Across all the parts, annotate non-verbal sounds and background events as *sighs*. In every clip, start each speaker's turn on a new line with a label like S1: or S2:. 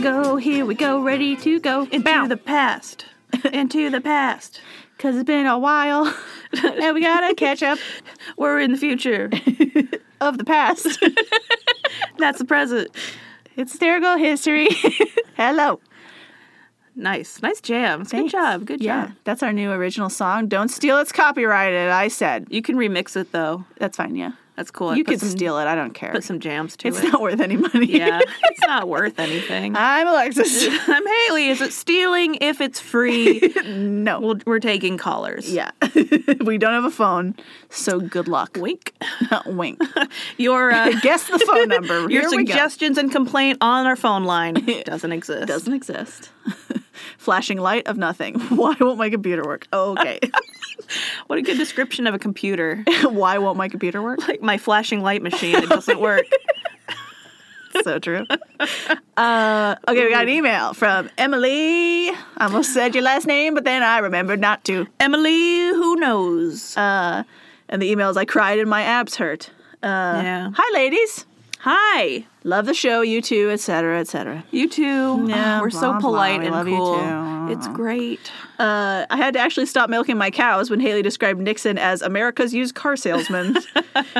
S1: go, here we go, ready to go.
S2: Into
S1: Bow.
S2: the
S1: *laughs*
S2: past. Into the past.
S1: Cause it's been a *laughs* while, and we gotta catch up
S2: We're in the
S1: *laughs*
S2: future.
S1: of the *laughs* past.
S2: That's the present.
S1: it's hysterical history. *laughs* Hello.
S2: Nice. Nice jams.
S1: Thanks.
S2: Good job. Good
S1: yeah,
S2: job.
S1: that's our new original song. Don't steal, it's copyrighted. I said
S2: You can remix it though.
S1: that's fine. Yeah,
S2: That's cool. I
S1: you
S2: put
S1: could
S2: some,
S1: steal it. I don't care.
S2: put some jams to
S1: It's
S2: it.
S1: not *laughs* worth any money.
S2: yeah. It's not worth anything.
S1: *laughs*
S2: *laughs*
S1: I'm Alexis.
S2: I'm Haley. Is it stealing if it's
S1: *laughs*
S2: free?
S1: no.
S2: we'll, we're taking callers.
S1: yeah, *laughs* we don't have a phone, so good luck.
S2: Wink.
S1: *laughs* Wink.
S2: Your uh,
S1: Guess the
S2: *laughs*
S1: phone number.
S2: your
S1: *laughs* Here we go.
S2: suggestions and complaint on our phone
S1: *laughs*
S2: line doesn't exist.
S1: doesn't exist. *laughs* Flashing light of nothing. *laughs* Why won't my computer work? Oh, okay. *laughs*
S2: What a good description of a computer.
S1: Why won't my computer work?
S2: like my flashing light machine, it doesn't
S1: *laughs*
S2: work.
S1: So true. Uh, okay, we got an email from Emily. I almost said your last name, but then I remembered not to.
S2: Emily, who knows?
S1: Uh, and the email is I cried and my abs hurt. Uh,
S2: Yeah.
S1: Hi, ladies.
S2: Hi,
S1: Love the show, you too, etc., etc.
S2: you too.
S1: Yeah,
S2: Ah, we're so
S1: blah, blah,
S2: polite
S1: we
S2: and
S1: love you
S2: cool.
S1: too.
S2: It's great.
S1: Uh, I had to actually stop milking my cows when Haley described Nixon as America's used car salesman *laughs*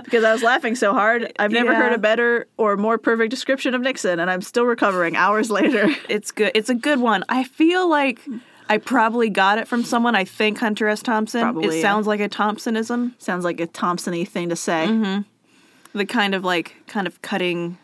S1: because I was laughing so hard. I've never
S2: Yeah.
S1: heard a better or more perfect description of Nixon, and I'm still recovering hours *laughs* later.
S2: It's good. It's a good one. I feel like I probably got it from someone. I think Hunter S. Thompson.
S1: Probably,
S2: it
S1: yeah.
S2: sounds like a Thompsonism,
S1: Sounds like a Thompson y thing to say.
S2: the kind of like kind of cutting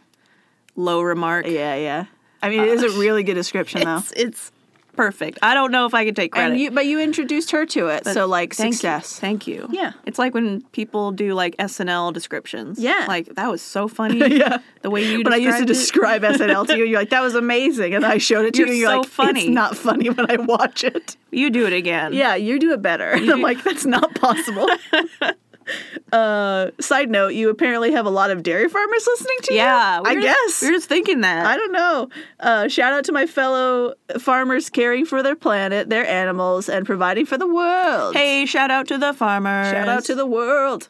S2: low remark.
S1: Yeah, yeah. I mean, it is a really good description, though.
S2: It's, it's perfect. I don't know if I could take credit.
S1: And you, but you introduced her to it, so like
S2: Thank you.
S1: success.
S2: Thank you.
S1: Yeah.
S2: It's like when people do like SNL descriptions.
S1: Yeah.
S2: Like that was so funny.
S1: *laughs* *laughs* Yeah.
S2: The way you
S1: When I used to
S2: described
S1: describe SNL to you, you're like, "That was amazing," and I showed it to you,
S2: You're
S1: and you're
S2: so
S1: like,
S2: funny.
S1: "It's not funny when I watch it."
S2: it, you do it again.
S1: Yeah, you do it better. And I'm like, that's not *laughs* possible. uh, side note, you apparently have a lot of dairy farmers listening to
S2: Yeah.
S1: you.
S2: we
S1: I
S2: were
S1: guess.
S2: just- we were just thinking that.
S1: I don't know. Uh, shout out to my fellow farmers caring for their planet, their animals, and providing for the world.
S2: hey, shout out to the farmers.
S1: shout out to the world.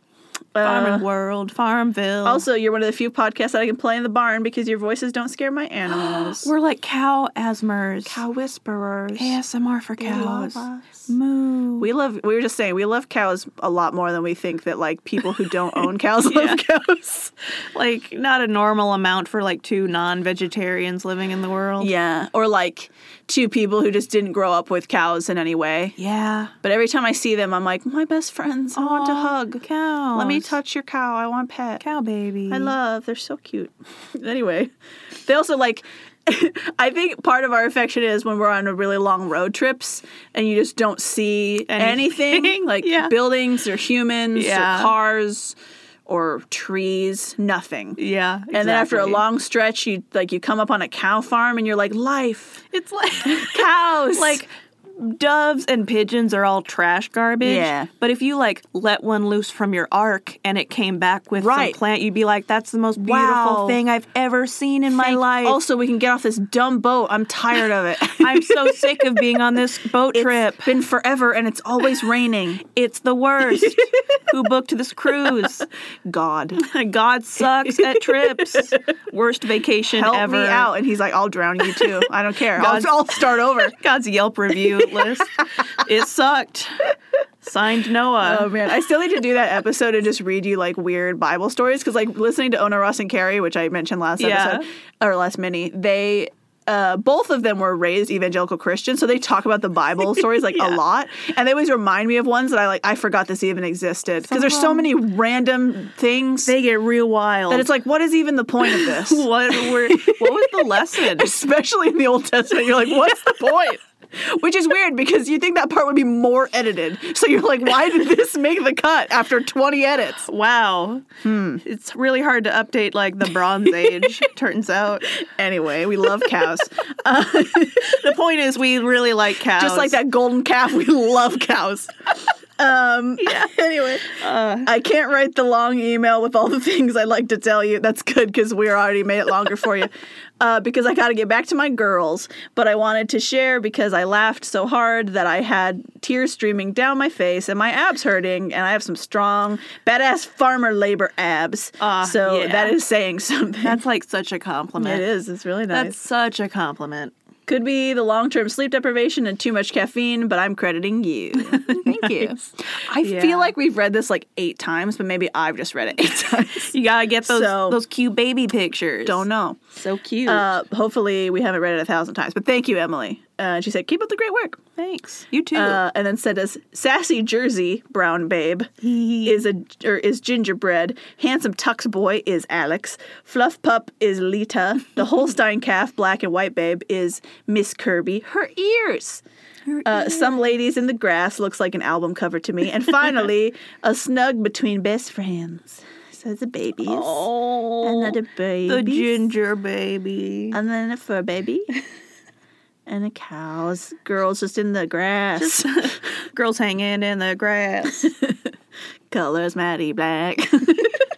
S1: Uh,
S2: Farming World, Farmville.
S1: also, you're one of the few podcasts that I can play in the barn because your voices don't scare my *gasps* animals.
S2: we're like cow asmers.
S1: cow whisperers.
S2: ASMR for cows.
S1: love us.
S2: Moo.
S1: We love. We were just saying we love cows a lot more than we think that like people who don't own *laughs* cows love cows.
S2: Like not a normal amount for like two non-vegetarians living in the world.
S1: Yeah, or like two people who just didn't grow up with cows in any way.
S2: Yeah.
S1: But every time I see them, I'm like, my best friends. I want to
S2: Aw,
S1: hug.
S2: Cows.
S1: Let me touch your cow. I want pet.
S2: cow baby.
S1: I love. They're so cute. *laughs* anyway, they also like. *laughs* I think part of our affection is when we're on a really long road trips and you just don't see
S2: *laughs*
S1: anything,
S2: Anything,
S1: like
S2: yeah.
S1: buildings or humans
S2: Yeah.
S1: or cars or trees, nothing.
S2: Yeah.
S1: And then after a
S2: exactly.
S1: long stretch, you like you come up on a cow farm and you're like, life,
S2: *laughs* It's like
S1: cows,
S2: like doves and pigeons are all trash garbage.
S1: Yeah.
S2: But if you like let one loose from your ark and it came back with
S1: Right.
S2: some plant, you'd be like, "That's the most beautiful
S1: Wow.
S2: thing I've ever seen in my
S1: Think,
S2: life."
S1: Also, we can get off this dumb boat. I'm tired
S2: *laughs*
S1: of it.
S2: I'm so sick of being on
S1: *laughs*
S2: this boat trip.
S1: It's been forever and it's always raining.
S2: It's the
S1: *laughs*
S2: worst. Who booked this cruise?
S1: God,
S2: *laughs* God sucks at
S1: *laughs*
S2: trips. Worst vacation
S1: help
S2: ever.
S1: me out. And he's like, I'll drown you too. I don't care. I'll,
S2: God-
S1: *laughs* I'll start over.
S2: God's Yelp
S1: *laughs*
S2: review list. It sucked. Signed Noah.
S1: Oh man, I still need to do that episode and just read you like weird Bible stories because like listening to Ona Ross and Carrie, which I mentioned last
S2: Yeah.
S1: episode or last mini, they. Uh, both of them were raised evangelical Christians, so they talk about the *laughs* Bible stories like a lot, and they always remind me of ones that I like. I forgot this even existed because there's so many random things
S2: they get real wild.
S1: that it's like, what is even the point of
S2: *laughs*
S1: this?
S2: what were what was the *laughs* lesson?
S1: Especially in the Old Testament, you're like, what's the point? *laughs* Which is weird because you think that part would be more edited, so you're like, why did this make the cut after 20 edits?
S2: Wow. It's really hard to update like the Bronze Age, turns out.
S1: Anyway, we love cows.
S2: The point is we really like cows.
S1: Just like that golden calf, we love
S2: *laughs*
S1: cows. Um,
S2: Yeah.
S1: *laughs*
S2: Uh.
S1: anyway, I can't write the long email with all the things I'd like to tell you. That's good because we already made it longer
S2: *laughs*
S1: for you. Uh, because I got to get back to my girls, but I wanted to share because I laughed so hard that I had tears streaming down my face and my abs hurting, and I have some strong, badass farmer labor abs.
S2: Ah,
S1: so
S2: yeah.
S1: that is saying *laughs* something.
S2: That's like such a compliment.
S1: it is. It's really nice.
S2: That's such a compliment.
S1: Could be the long term sleep deprivation and too much caffeine, but I'm crediting *laughs* you.
S2: Thank you.
S1: I
S2: Yeah.
S1: feel like we've read this like eight times, but maybe I've just read it eight *laughs* times.
S2: You gotta get those
S1: So-
S2: those cute baby pictures.
S1: Don't know.
S2: so cute.
S1: Uh, hopefully, we haven't read it a thousand times, but thank you, Emily. Uh, and she said, Keep up the great work.
S2: Thanks. You too.
S1: Uh, and then sent us Sassy Jersey Brown
S2: *laughs*
S1: Babe is a or is gingerbread. Handsome Tux Boy is Alex. Fluff Pup is Lita.
S2: *laughs*
S1: The Holstein Calf Black and White Babe is Miss Kirby. Her ears. Uh, some ladies in the grass looks like an album cover
S2: *laughs*
S1: to me. And finally, a snug between best friends. So the babies,
S2: oh,
S1: another baby,
S2: the Uh, ginger baby.
S1: and then a
S2: *laughs*
S1: fur baby, and a cow's girls just in the grass.
S2: *laughs* Girls hanging in the grass.
S1: colors
S2: *laughs*
S1: matty black.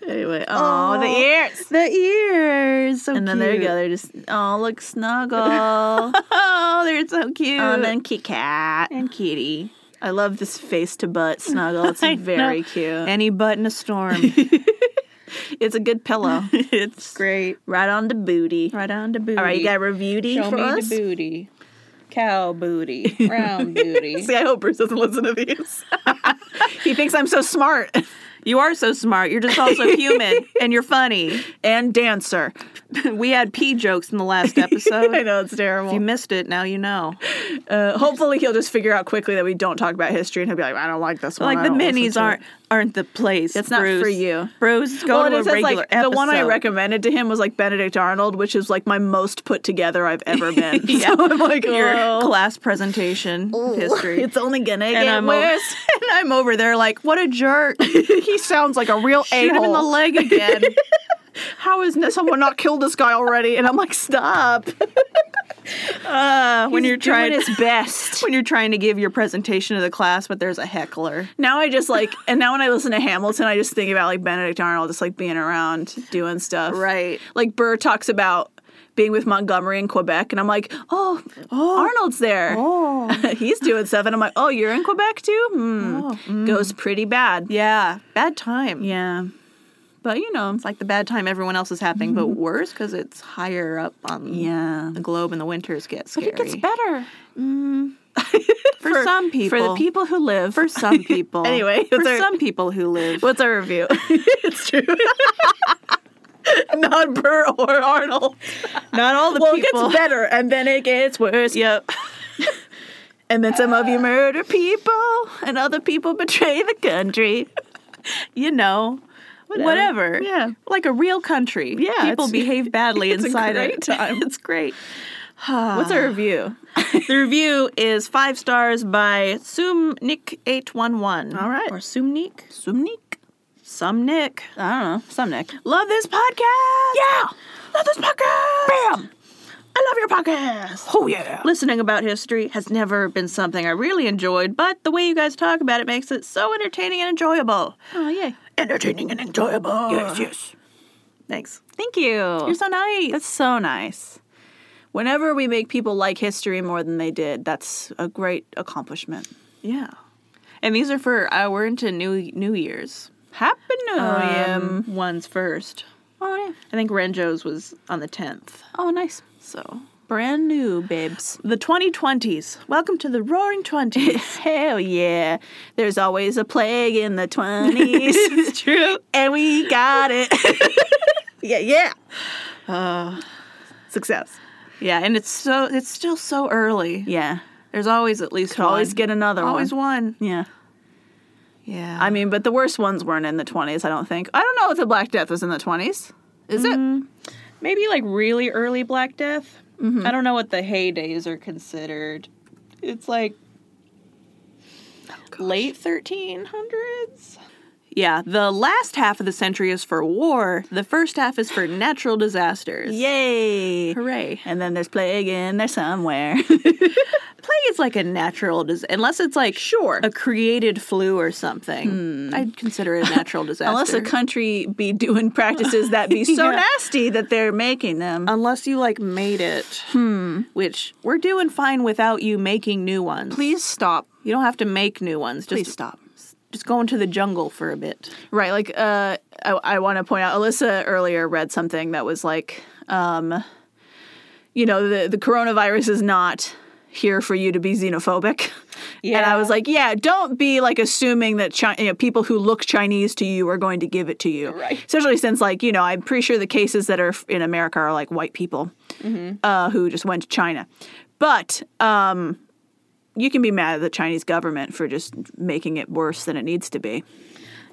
S1: anyway, oh, the
S2: Aw.
S1: ears.
S2: *laughs* the ears. So
S1: And then there you go.
S2: cute.
S1: They're just oh,
S2: *laughs*
S1: look snuggle.
S2: Oh, they're so cute.
S1: and then Kit Kat.
S2: and kitty.
S1: I love this face to butt snuggle.
S2: *laughs*
S1: It's
S2: I
S1: very
S2: know.
S1: cute.
S2: Any butt in a storm.
S1: It's a good pillow.
S2: *laughs* it's great.
S1: right on the booty.
S2: Right on to booty.
S1: All right, you got a review D
S2: Show
S1: for
S2: me
S1: us.
S2: the booty. Cow booty.
S1: *laughs*
S2: Round booty.
S1: See, I hope Bruce doesn't listen
S2: *laughs*
S1: to these. he thinks I'm so smart
S2: You are so smart. You're just also human and you're funny.
S1: and dancer.
S2: We had pee jokes in the *laughs* last
S1: I
S2: episode.
S1: know it's terrible.
S2: If you missed it, now you know.
S1: Uh, hopefully, he'll just figure out quickly that we don't talk about history, and he'll be like, "I don't like this one."
S2: like
S1: I
S2: the
S1: don't listen
S2: minis
S1: to it."
S2: aren't aren't the place.
S1: That's not
S2: Bruce.
S1: for you.
S2: Bros, go
S1: Well,
S2: to
S1: it
S2: a
S1: says,
S2: regular
S1: like,
S2: episode.
S1: The one I recommended to him was like Benedict Arnold, which is like my most put together I've
S2: *laughs*
S1: ever been.
S2: Yeah.
S1: *laughs* So I'm
S2: *laughs*
S1: like,
S2: Your
S1: "Whoa."
S2: class presentation
S1: *laughs*
S2: of history.
S1: It's only
S2: *laughs*
S1: gonna
S2: and
S1: get
S2: I'm, o-
S1: worse.
S2: and I'm over there like, what a jerk. *laughs*
S1: *laughs* he sounds like a real a
S2: Shoot him in the
S1: hole.
S2: leg again.
S1: How is n- someone not killed this guy already? And I'm like, stop. *laughs*
S2: Uh, when
S1: He's
S2: you're trying
S1: doing his
S2: *laughs*
S1: best.
S2: when you're trying to give your presentation to the class, but there's a heckler.
S1: *laughs* Now I just like, and now when I listen to Hamilton, I just think about like Benedict Arnold just like being around doing stuff.
S2: Right.
S1: Like Burr talks about being with Montgomery in Quebec, and I'm like, oh, Arnold's there.
S2: Oh.
S1: *laughs* He's doing stuff, and I'm like, oh, you're in Quebec too? Hmm. Goes pretty bad.
S2: Yeah. Bad time.
S1: Yeah. But you know,
S2: It's like the bad time everyone else is having, but worse because it's higher up on
S1: yeah.
S2: the globe and the winters get
S1: But
S2: scary.
S1: it gets better.
S2: for, some people.
S1: Mm. *laughs* For the people who live.
S2: For some people.
S1: *laughs* Anyway,
S2: for
S1: it's our-
S2: some people who live.
S1: What's our *laughs* review? it's true. Not Burr or Arnold.
S2: Not all the
S1: Well,
S2: people.
S1: it gets better, and then it gets worse.
S2: Yep.
S1: *laughs* And then some of you murder people, and other people betray the country. *laughs*
S2: You know. Whatever.
S1: Yeah.
S2: Like a real country.
S1: Yeah,
S2: People
S1: it's- *laughs*
S2: behave badly
S1: it's a
S2: inside
S1: great
S2: it. *laughs*
S1: time.
S2: It's
S1: *laughs*
S2: great.
S1: What's our review?
S2: The review is five stars by Sumnik811.
S1: All right.
S2: Or Sumnik?
S1: Sumnik?
S2: Sumnik.
S1: I don't know. Some Nick.
S2: Love this podcast.
S1: Yeah! Love this podcast! Bam! I love your podcast! Oh, yeah!
S2: Listening about history has never been something I really enjoyed, but the way you guys talk about it makes it so entertaining and enjoyable.
S1: Oh, yeah.
S2: Entertaining and enjoyable. Yes, yes. Thanks.
S1: Thank you.
S2: You're so nice.
S1: That's so nice. Whenever we make people like history more than they did, that's a great accomplishment.
S2: yeah. And these are for uh, we're into new New Year's.
S1: Happy New Year!
S2: Um, one's first.
S1: oh, yeah.
S2: I think Renjo's was on the tenth.
S1: Oh, nice.
S2: So
S1: Brand new, babes.
S2: the 2020s. Welcome to the Roaring Twenties.
S1: *laughs* Hell yeah. There's always a plague in the
S2: *laughs*
S1: 20s.
S2: *laughs* it's true.
S1: and we got
S2: *laughs*
S1: it. *laughs* yeah, yeah.
S2: Uh,
S1: Success.
S2: Yeah, and it's so it's still so early.
S1: Yeah.
S2: There's always at least
S1: Could always
S2: one.
S1: get another
S2: always
S1: one.
S2: one.
S1: Yeah.
S2: Yeah.
S1: I mean, but the worst ones weren't in the 20s, I don't think. I don't know if the Black Death was in the 20s. Is
S2: Mm-hmm.
S1: it?
S2: maybe like really early Black Death. I don't know what the heydays are considered. It's like late 1300s. Oh, Yeah, the last half of the century is for war. The first half is for natural disasters.
S1: Yay.
S2: Hooray.
S1: And then there's plague in there *laughs* somewhere.
S2: Plague is like a natural disaster, unless it's like
S1: Sure.
S2: a created flu or something. I'd consider Hmm. it a *laughs* natural disaster.
S1: Unless a country be doing practices that *laughs* be so
S2: Yeah.
S1: nasty that they're making them.
S2: Unless you like made it, hmm. which we're doing fine without you making new ones.
S1: Please stop.
S2: You don't have to make new ones. Just
S1: Please stop.
S2: Just go into the jungle for a bit.
S1: Right. Like, uh, I, I want to point out, Alyssa earlier read something that was like, um, you know, the, the coronavirus is not here for you to be xenophobic. And I was like, yeah, don't be like assuming that Chi- you know, people who look Chinese to you are going to give it to you.
S2: Right.
S1: Especially since, like, you know, I'm pretty sure the cases that are f- in America are like white people uh, who just went to China. But um, you can be mad at the Chinese government for just making it worse than it needs to be.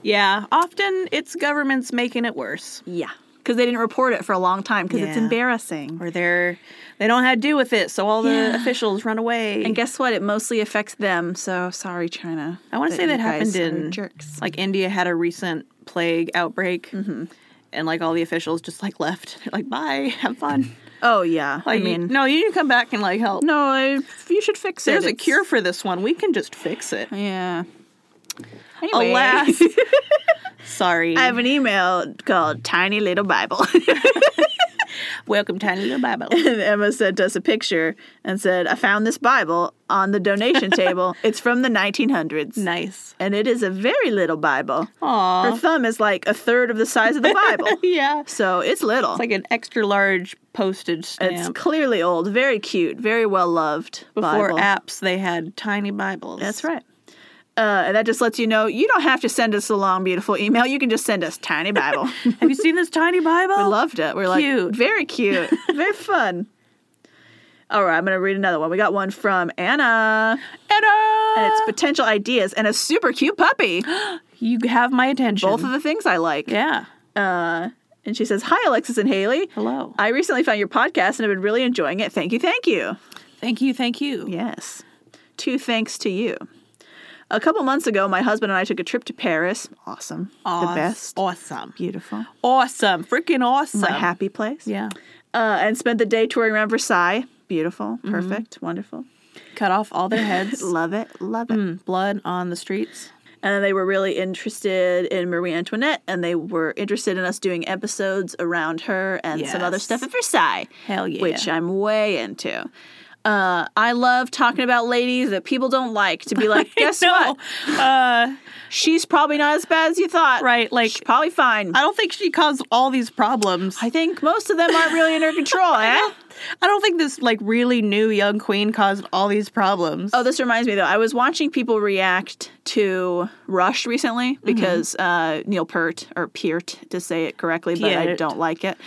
S2: yeah. Often it's governments making it worse,
S1: Yeah. Because they didn't report it for a long time because it's
S2: Yeah.
S1: embarrassing.
S2: or they're they don't know how to deal with it, so all
S1: Yeah.
S2: the officials run away.
S1: And guess what? It mostly affects them. So sorry, China.
S2: I want to say
S1: you
S2: that happened
S1: guys are
S2: in
S1: jerks.
S2: Like India had a recent plague outbreak, and like all the officials just like left. They're like, bye, have fun.
S1: Oh yeah.
S2: Like,
S1: I mean,
S2: no, you need to come back and like help.
S1: no, I, you should fix it.
S2: There's a
S1: It's-
S2: cure for this one. We can just fix it.
S1: *laughs* Yeah. Anyway, *laughs*
S2: Alas, sorry.
S1: I have an email called Tiny Little Bible. *laughs*
S2: Welcome, tiny little Bible.
S1: and Emma sent us a picture and said, I found this Bible on the *laughs* donation table. It's from the 1900s.
S2: nice.
S1: And it is a very little Bible. Her
S2: Aw.
S1: thumb is like a third of the size of the *laughs* Bible.
S2: Yeah. It's
S1: so it's little.
S2: like an extra large postage
S1: It's
S2: stamp.
S1: clearly old, very cute, very well loved
S2: Before
S1: Bible.
S2: apps, they had tiny Bibles.
S1: That's right. Uh, and that just lets you know you don't have to send us a long, beautiful email. You can just send us
S2: *laughs*
S1: tiny Bible. we
S2: Have you seen this tiny Bible?
S1: loved it. We're like,
S2: Oh, Cute.
S1: very cute,
S2: *laughs*
S1: very fun. All right, I'm going to read another one. We got one from Anna,
S2: Anna!
S1: and it's potential ideas and a super
S2: *gasps*
S1: cute puppy.
S2: you have my attention.
S1: Both of the things I like.
S2: Yeah.
S1: Uh, and she says, Hi, Alexis and Haley.
S2: Hello.
S1: I recently found your podcast and I've been really enjoying it. Thank you, thank you.
S2: Thank you, thank you.
S1: Yes. Two thanks to you. A couple months ago, my husband and I took a trip to Paris. Awesome.
S2: Aw-
S1: The best.
S2: Awesome.
S1: Beautiful.
S2: Awesome. Freaking awesome.
S1: My happy place.
S2: Yeah.
S1: Uh, and spent the day touring around Versailles. Beautiful. Perfect. Wonderful.
S2: Cut off all their heads.
S1: *laughs* Love it. Love it.
S2: Mm, Blood on the streets.
S1: And then they were really interested in Marie Antoinette and they were interested in us doing episodes around her and some other
S2: Yes.
S1: stuff at Versailles.
S2: Hell yeah.
S1: Which I'm way into. Uh, I love talking about ladies that people don't like
S2: *laughs*
S1: to be like, guess what?
S2: Uh,
S1: She's probably not as bad as you thought.
S2: right. Like, uh,
S1: She's probably fine.
S2: I don't think she caused all these problems.
S1: I think most of them aren't really
S2: *laughs*
S1: under control, eh?
S2: I don't think this like really new young queen caused all these problems.
S1: Oh, this reminds me though. I was watching people react to Rush recently
S2: Mm-hmm.
S1: because uh, Neil Peart or Peart to say it correctly, but I
S2: Peart.
S1: don't like it.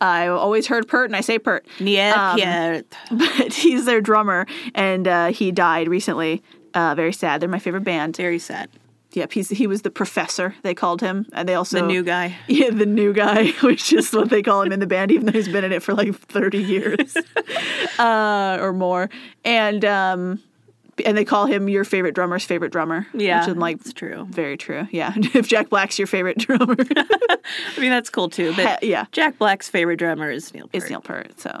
S1: I always heard Peart and I say Peart,
S2: yeah,
S1: um,
S2: yeah.
S1: *laughs* but he's their drummer and uh, he died recently. Uh, very sad. They're my favorite band.
S2: Very sad.
S1: Yep, he's he was the professor they called him, and they also
S2: The new guy.
S1: *laughs* Yeah, the new guy, *laughs* which is what they call him in the band, even though he's been in it for like 30 years *laughs* uh, or more. And um, and they call him your favorite drummer's favorite drummer.
S2: Yeah,
S1: Which is like,
S2: it's true.
S1: very true. Yeah. *laughs* if Jack Black's your favorite *laughs* drummer,
S2: I mean, that's cool too. But
S1: yeah.
S2: Jack Black's favorite drummer is Neil.
S1: it's
S2: Peart.
S1: Neil Peart. So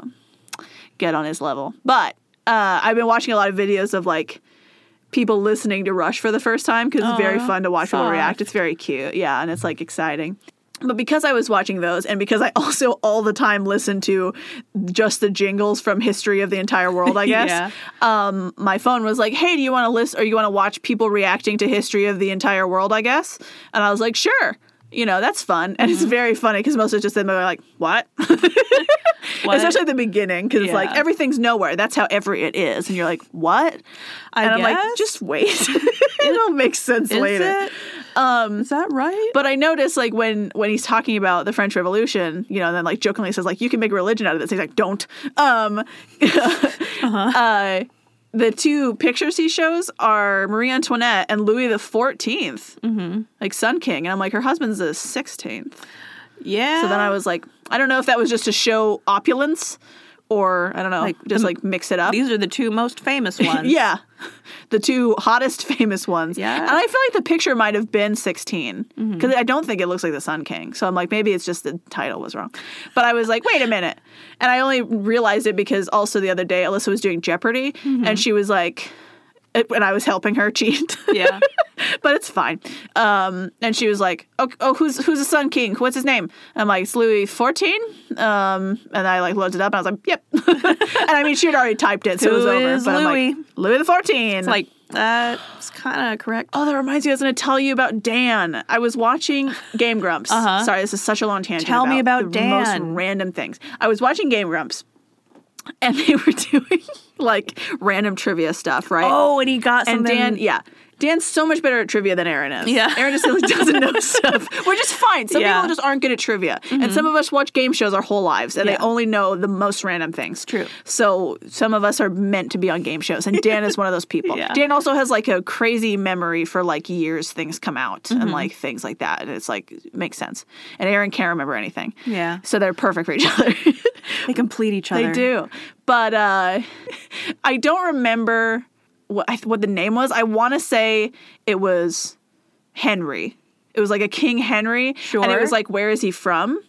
S1: get on his level. But uh, I've been watching a lot of videos of like, People listening to Rush for the first time because it's very
S2: Aw,
S1: fun to watch people
S2: soft.
S1: react. It's very cute. Yeah. And it's like exciting. But because I was watching those and because I *laughs* also all the time listen to just the jingles from History of the Entire
S2: *laughs*
S1: World, I guess,
S2: Yeah.
S1: um, my phone was like, hey, do you want to list or you want to watch people reacting to History of the Entire World, I guess? And I was like, sure. You know, that's fun. And
S2: Mm-hmm.
S1: it's very funny because most of it's just them they're like, what?
S2: What?
S1: Especially at the beginning because it's like
S2: Yeah.
S1: everything's nowhere. That's how ever it is. And you're like, what?
S2: I
S1: and I'm like,
S2: guess?
S1: just wait. *laughs* It'll make sense
S2: Is
S1: later.
S2: it? is that right?
S1: um, But I noticed like when when he's talking about the French Revolution, you know, and then like jokingly says like you can make a religion out of this. He's like, don't. Um, *laughs*
S2: Uh-huh.
S1: uh, the two pictures he shows are Marie Antoinette and Louis the 14th
S2: Mm-hmm.
S1: like Sun King, and I'm like, her husband's the sixteenth.
S2: yeah.
S1: So then I was like, I don't know if that was just to show opulence, or I don't know,
S2: Like,
S1: just
S2: the-
S1: like mix it up.
S2: These are the two most
S1: *laughs*
S2: famous ones.
S1: Yeah. The two hottest *laughs* famous ones.
S2: Yeah. Mm-hmm.
S1: And I feel like the picture might have been 16 because I don't think it looks like the Sun King. So I'm like, maybe it's just the title was wrong. But I was like, wait a minute. And I only realized it because also the other day, Alyssa was doing Jeopardy
S2: Mm-hmm.
S1: and she was like, it, and I was helping her *laughs* cheat.
S2: *laughs* Yeah.
S1: *laughs* but it's fine. Um, and she was like, "Oh, oh who's who's the Sun King? What's his name?" I'm like, "It's Louis XIV." Um, and I like looked it up, and I was like, "Yep." *laughs* and I mean, she had already typed it, so it was
S2: Who
S1: over.
S2: is
S1: but I'm
S2: Louis?
S1: like, "Louis the 14."
S2: It's like that's kind of correct.
S1: Oh, that reminds me. I was going to tell you about Dan. I was watching Game Grumps. Sorry, this is such a long tangent.
S2: Uh-huh. Tell me about
S1: the most
S2: Dan.
S1: random things. I was watching Game Grumps, and they were *laughs* doing like random trivia stuff, right?
S2: Oh, and he got
S1: and
S2: something.
S1: Dan, yeah. Dan's so much better at trivia than Aaron is.
S2: Yeah.
S1: Aaron just really
S2: *laughs*
S1: doesn't know stuff, which is fine. Some
S2: Yeah. Mm-hmm.
S1: people just aren't good at trivia. And some of us watch game shows our whole lives and they
S2: Yeah.
S1: only know the most random things.
S2: true.
S1: So some of us are meant to be on game shows, and Dan is one of those people.
S2: *laughs* Yeah.
S1: Dan also has like a crazy memory for like years things come out
S2: Mm-hmm.
S1: and like things like that. And it's like makes sense. And Aaron can't remember anything.
S2: Yeah.
S1: So they're perfect for each *laughs* other.
S2: They complete each other.
S1: They do. But uh, *laughs* I don't remember what I, what the name was. I want to say it was Henry. It was like a King Henry, and it
S2: Sure.
S1: was like, where is he from?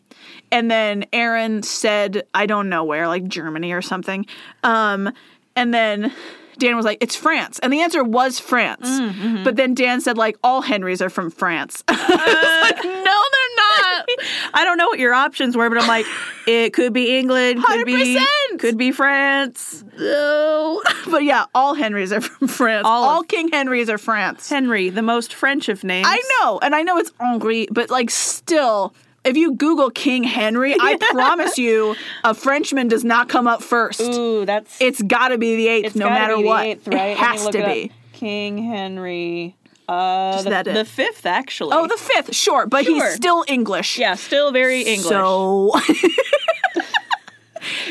S1: And then Aaron said, I don't know where, like Germany or something. Um, and then Dan was like, it's France, and the answer was France.
S2: Mm, mm-hmm.
S1: But then Dan said, like, all Henrys are from France. *laughs*
S2: No, they're not. *laughs* I don't know what your options were, but I'm like, it could be England, could be
S1: 100%.
S2: could be France.
S1: but yeah, all Henrys are from France.
S2: All of-
S1: all King Henrys are France.
S2: Henry, the most French of names.
S1: I know, and I know it's Henri, but like still, if you Google King Henry,
S2: *laughs*
S1: I promise you, a Frenchman does not come up first.
S2: Ooh, that's
S1: It's got to be the eighth,
S2: Mm. it's
S1: no
S2: gotta
S1: matter
S2: be the
S1: what.
S2: eighth, right? Let
S1: It
S2: me
S1: has
S2: look
S1: to
S2: it up.
S1: be.
S2: King Henry. Uh,
S1: Just
S2: the,
S1: that it-
S2: the fifth, actually.
S1: Oh, the fifth, sure, but
S2: Sure.
S1: he's still English.
S2: yeah, still very English.
S1: So. *laughs*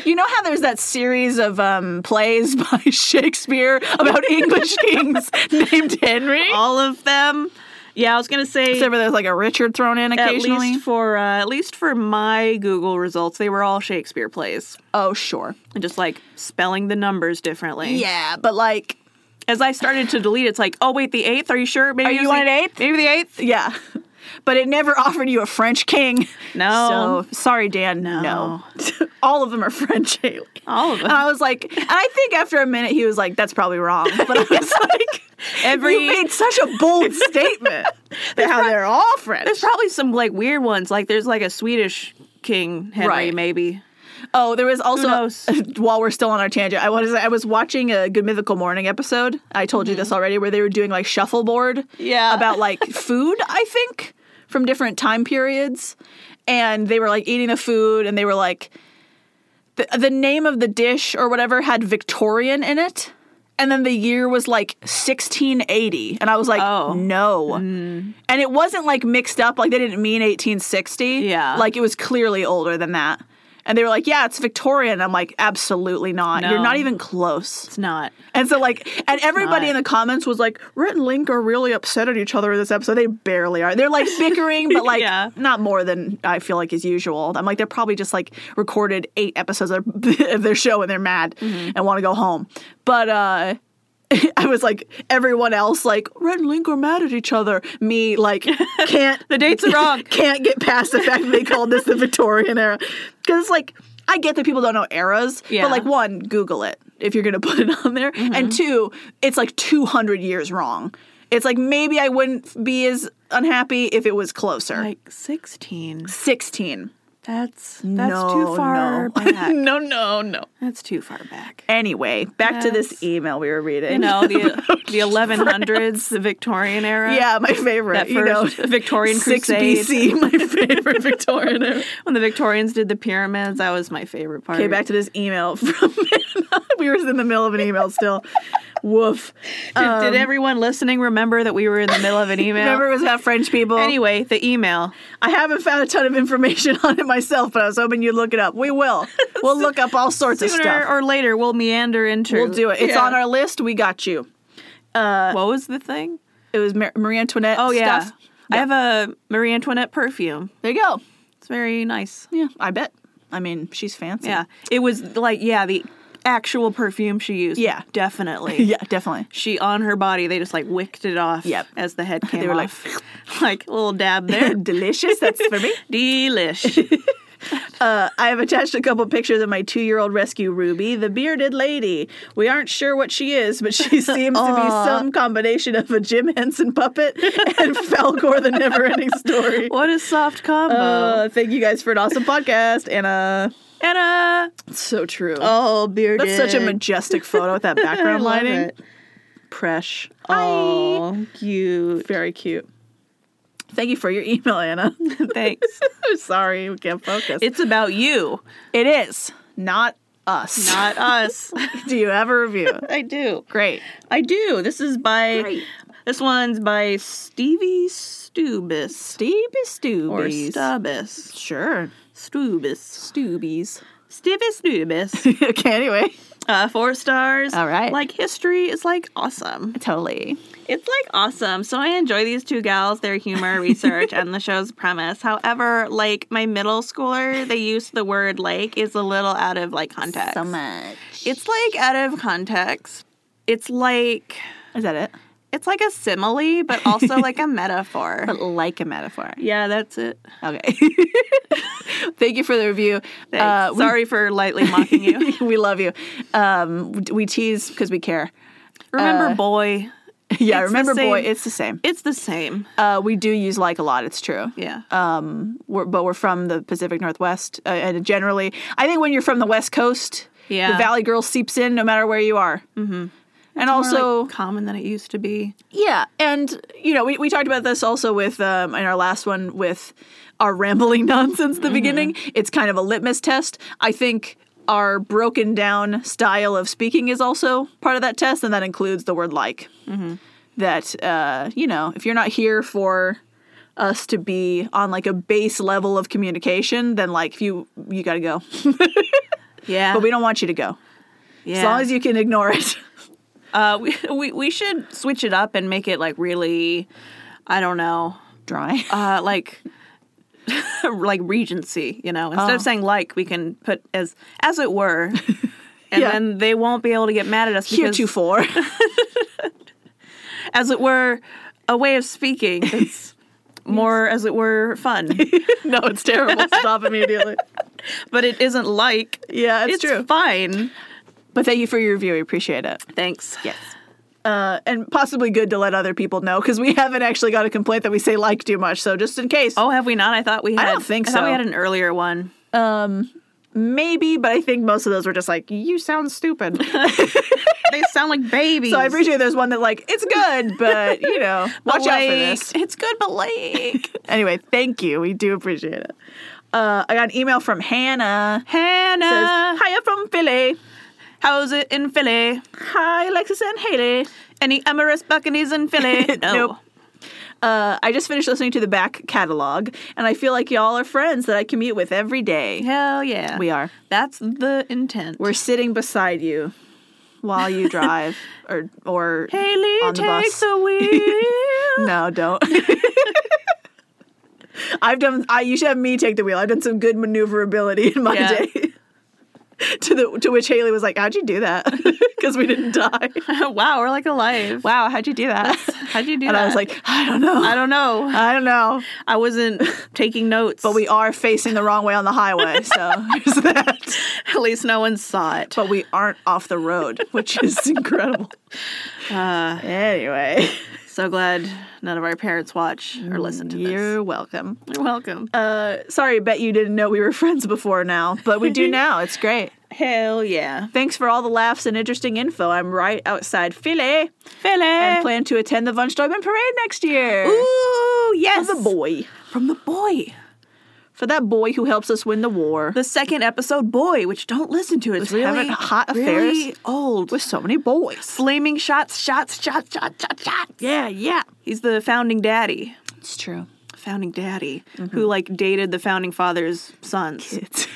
S1: You know how there's that series of um, plays *laughs* by Shakespeare about
S2: *laughs*
S1: English kings named Henry?
S2: all of them. Yeah, I was gonna say
S1: Except for there's like a Richard thrown in
S2: at
S1: occasionally.
S2: least for uh, at least for my Google results, they were all Shakespeare plays,
S1: oh, sure.
S2: and just like spelling the numbers differently.
S1: Yeah, but like
S2: As I started to delete, it's like, oh wait, the eighth. Are you sure? Maybe
S1: Are
S2: it
S1: you
S2: was
S1: on
S2: the-
S1: an eighth?
S2: Maybe the eighth.
S1: Yeah. *laughs* But it never offered you a French *laughs* king.
S2: No.
S1: So sorry, Dan. No. *laughs* All of them are French, *laughs* Haley.
S2: All of
S1: And
S2: them.
S1: I was like, and I think after a minute he was like, that's probably wrong. But *laughs* I was like,
S2: *laughs* Every
S1: you
S2: *laughs*
S1: made such a *laughs* bold statement that how they're all French.
S2: there's probably some like weird ones. Like there's like a Swedish king Henry,
S1: Right.
S2: maybe.
S1: Oh, there was also
S2: knows?
S1: *laughs* while we're still on our tangent, I was I was watching a Good Mythical Morning episode. I told you this already, where they were doing like shuffleboard,
S2: Mm-hmm. Yeah.
S1: about
S2: *laughs*
S1: like food. I think from different time periods, and they were like eating the food, and they were like the the name of the dish or whatever had Victorian in it. And then the year was like 1680. And I was like,
S2: Oh. Mm.
S1: no. And it wasn't like mixed up, like they didn't mean 1860.
S2: Yeah.
S1: Like it was clearly older than that. And they were like, yeah, it's Victorian. I'm like, absolutely not. You're
S2: No.
S1: not even close.
S2: It's not.
S1: And so, like, and everybody
S2: not.
S1: in the comments was like, Rhett and Link are really upset at each other in this episode. They barely are. They're like bickering, but
S2: *laughs*
S1: like,
S2: Yeah.
S1: not more than I feel like is usual. I'm like, they're probably just like recorded eight episodes of *laughs* of their show and they're mad
S2: Mm-hmm.
S1: and want to go home. But, uh, *laughs* I was like everyone else, like Red and Link are mad at each other.
S2: *laughs*
S1: Me, like can't
S2: The dates are wrong.
S1: *laughs* can't get past the fact that they called this the Victorian era. Because it's like, I get that people don't know eras,
S2: Yeah.
S1: but like, one, Google it if you're going to *laughs* put it on there.
S2: Mm-hmm.
S1: And two, it's like 200 years wrong. It's like maybe I wouldn't be as unhappy if it was closer.
S2: Like sixteen.
S1: 16.
S2: That's that's too
S1: No,
S2: far
S1: no.
S2: back. *laughs*
S1: *laughs* no, no, no.
S2: That's too far back.
S1: Anyway, back to this
S2: That's-
S1: email we were reading.
S2: You *laughs* know, the the eleven hundreds, the Victorian era.
S1: *laughs* yeah, my favorite.
S2: That
S1: you know,
S2: first Victorian
S1: 6
S2: crusade.
S1: BC, my
S2: *laughs*
S1: favorite Victorian era.
S2: When the Victorians did the pyramids, that was my favorite part.
S1: Okay, back to this email *laughs* from we were in the middle of an email still. Woof.
S2: Did, did everyone listening remember that we were in the middle *laughs* of an email?
S1: Remember it was about French people.
S2: Anyway, the email.
S1: I haven't found a ton of information *laughs* on it myself, but I was hoping you'd look it up. We will.
S2: *laughs*
S1: We'll look up all sorts of
S2: Sooner
S1: stuff.
S2: or later, we'll meander into.
S1: We'll do it. It's
S2: Yeah.
S1: on our list. We got you.
S2: What was the thing?
S1: It was Mar- Marie Antoinette
S2: Oh yeah.
S1: stuff.
S2: I have a Marie Antoinette perfume.
S1: There you go.
S2: It's very nice.
S1: Yeah, I bet. I mean, she's fancy.
S2: Yeah, it was like yeah the actual perfume she used.
S1: Yeah.
S2: definitely.
S1: *laughs* *laughs* Yeah, definitely.
S2: *laughs* She on her body, they just like wicked it off.
S1: Yep.
S2: As the
S1: *laughs*
S2: head came
S1: were like,
S2: off, *laughs* like, a little dab
S1: *laughs*
S2: there.
S1: Delicious. That's for me.
S2: Delish.
S1: *laughs* I have attached a couple pictures of my two year old rescue Ruby, the bearded lady. We aren't sure what she is,
S2: *laughs*
S1: but she seems to be some combination of a Jim Henson puppet *laughs* and Falcor the Never Ending
S2: *laughs*
S1: Story.
S2: what a soft combo.
S1: Uh, thank you guys for an awesome *laughs* podcast, Anna.
S2: Anna.
S1: It's so true.
S2: Oh, bearded.
S1: That's such a majestic photo
S2: *laughs*
S1: with that background
S2: I love
S1: lighting.
S2: it.
S1: Presh.
S2: Oh, cute.
S1: Very cute. Thank you for your email, Anna. *laughs*
S2: Thanks.
S1: Sorry, we can't focus.
S2: It's about you.
S1: It is not us.
S2: Not us.
S1: *laughs* Do you have a review?
S2: *laughs* I do.
S1: Great.
S2: I do. This is by.
S1: Great.
S2: This one's by Stevie Stubis.
S1: Stevie
S2: Or
S1: Stoobies.
S2: Stubis.
S1: Sure.
S2: Stubis.
S1: Stoobies.
S2: Stevie Stubis.
S1: *laughs* okay, anyway.
S2: Uh, four stars.
S1: All right.
S2: Like history is like awesome.
S1: Totally.
S2: It's like awesome. So I enjoy these two gals, their humor, research, and the show's premise. However, like my middle schooler, the use of the word like is a little out of like context.
S1: So much.
S2: It's like out of context. It's like
S1: Is that it?
S2: it's like a simile, but also like a metaphor.
S1: *laughs* But like a metaphor.
S2: Yeah, that's it.
S1: Okay. *laughs* Thank you for the review.
S2: Thanks.
S1: Uh, we-
S2: Sorry for lightly mocking you.
S1: *laughs* we love you. Um, we tease because we care. *laughs* Uh,
S2: Remember, boy,
S1: Yeah,
S2: It's the
S1: remember, boy,
S2: same.
S1: it's the same.
S2: it's the same.
S1: Uh, we do use like a lot. It's true.
S2: Yeah.
S1: We're, but we're from the Pacific Northwest, uh, and generally, I think when you're from the West Coast,
S2: Yeah.
S1: the Valley Girl seeps in no matter where you are. Mm-hmm. And also,
S2: More, like, common than it used to be.
S1: yeah, and you know, we, we talked about this also with um, in our last one with our rambling *laughs* nonsense
S2: Mm-hmm.
S1: at the beginning. It's kind of a litmus test. I think our broken down style of speaking is also part of that test, and that includes the word like.
S2: Mm-hmm.
S1: That uh, you know, if you're not here for us to be on like a base level of communication, then like if you you got
S2: *laughs*
S1: to go,
S2: Yeah.
S1: but we don't want you to go.
S2: yeah.
S1: As long as you can ignore it.
S2: Uh, we, *laughs* we we should switch it up and make it like really, I don't know,
S1: *laughs* Dry.
S2: uh, like *laughs* like Regency. You know, instead
S1: Oh.
S2: of saying like, we can put as as it
S1: *laughs*
S2: were, and
S1: Yeah.
S2: then they won't be able to get mad at us because
S1: Heretofore.
S2: as it were, a way of
S1: *laughs*
S2: speaking. It's more as it were fun,
S1: *laughs* no, it's
S2: *laughs*
S1: terrible. Stop immediately.
S2: but it isn't like.
S1: Yeah, it's,
S2: It's
S1: true.
S2: fine.
S1: But thank you for your review. We appreciate it.
S2: Thanks.
S1: Yes. Uh, and possibly good to let other people know because we *laughs* haven't actually got a complaint that we say like too much. So just in case,
S2: Oh, have we not? I thought we had.
S1: don't think
S2: I thought
S1: so.
S2: we had an earlier one.
S1: Um, maybe, but I think most of those were just like, you sound stupid. *laughs*
S2: They sound like babies.
S1: so I appreciate there's one that like, it's good, but you know,
S2: But
S1: watch out for
S2: like,
S1: this. *laughs*
S2: It's good, but like.
S1: Anyway, thank you. We do appreciate it. Uh, I got an email from Hannah. It
S2: *laughs*
S1: says,
S2: Hannah,
S1: Hiya from Philly.
S2: how's it in Philly?
S1: Hi, Alexis and Haley.
S2: Any Emirates Buccaneers in Philly? No.
S1: *laughs* Nope. Uh, I just finished listening to the back catalog, and I feel like y'all are friends that I commute with every day.
S2: Hell yeah.
S1: We are.
S2: That's the intent.
S1: We're sitting beside you while you *laughs* drive, or or
S2: Haley
S1: on the
S2: takes
S1: bus. *laughs*
S2: the wheel. *laughs*
S1: no, don't. *laughs* I've done. I you should have me take the wheel. I've done some good maneuverability in my
S2: Yeah.
S1: day. *laughs* to the to which Haley was like, "How'd you do that? *laughs* Because we didn't die."
S2: wow, we're like alive.
S1: Wow, how'd you do that?
S2: How'd you do
S1: *laughs* and
S2: that?
S1: I was like, "I don't know.
S2: I don't
S1: *laughs*
S2: know.
S1: I don't know."
S2: I wasn't taking notes.
S1: But we are facing the wrong way on the *laughs* highway, so there's that.
S2: at least no one saw it.
S1: but we aren't off the road, which *laughs* is incredible.
S2: Uh,
S1: Anyway,
S2: so glad none of our parents watch or listen to
S1: you're welcome.
S2: this. You're welcome.
S1: Uh, sorry, bet you didn't know we were *laughs* friends before now, but we do
S2: *laughs*
S1: now. It's great.
S2: Hell yeah.
S1: Thanks for all the laughs and interesting info. I'm right outside Philly
S2: Philly.
S1: and plan to attend the Von Steuben Parade next year.
S2: Ooh, yes.
S1: The boy.
S2: From the boy.
S1: For that boy who helps us win the war.
S2: the second episode, Boy, which don't listen to. It's
S1: Was
S2: really
S1: having hot
S2: really
S1: affairs?
S2: old.
S1: With so many boys.
S2: Flaming shots, shots, shots, shots, shots, shots.
S1: Yeah, yeah.
S2: He's the founding daddy. Mm-hmm. *laughs*
S1: It's true.
S2: Founding daddy, who like dated the founding father's sons.
S1: It's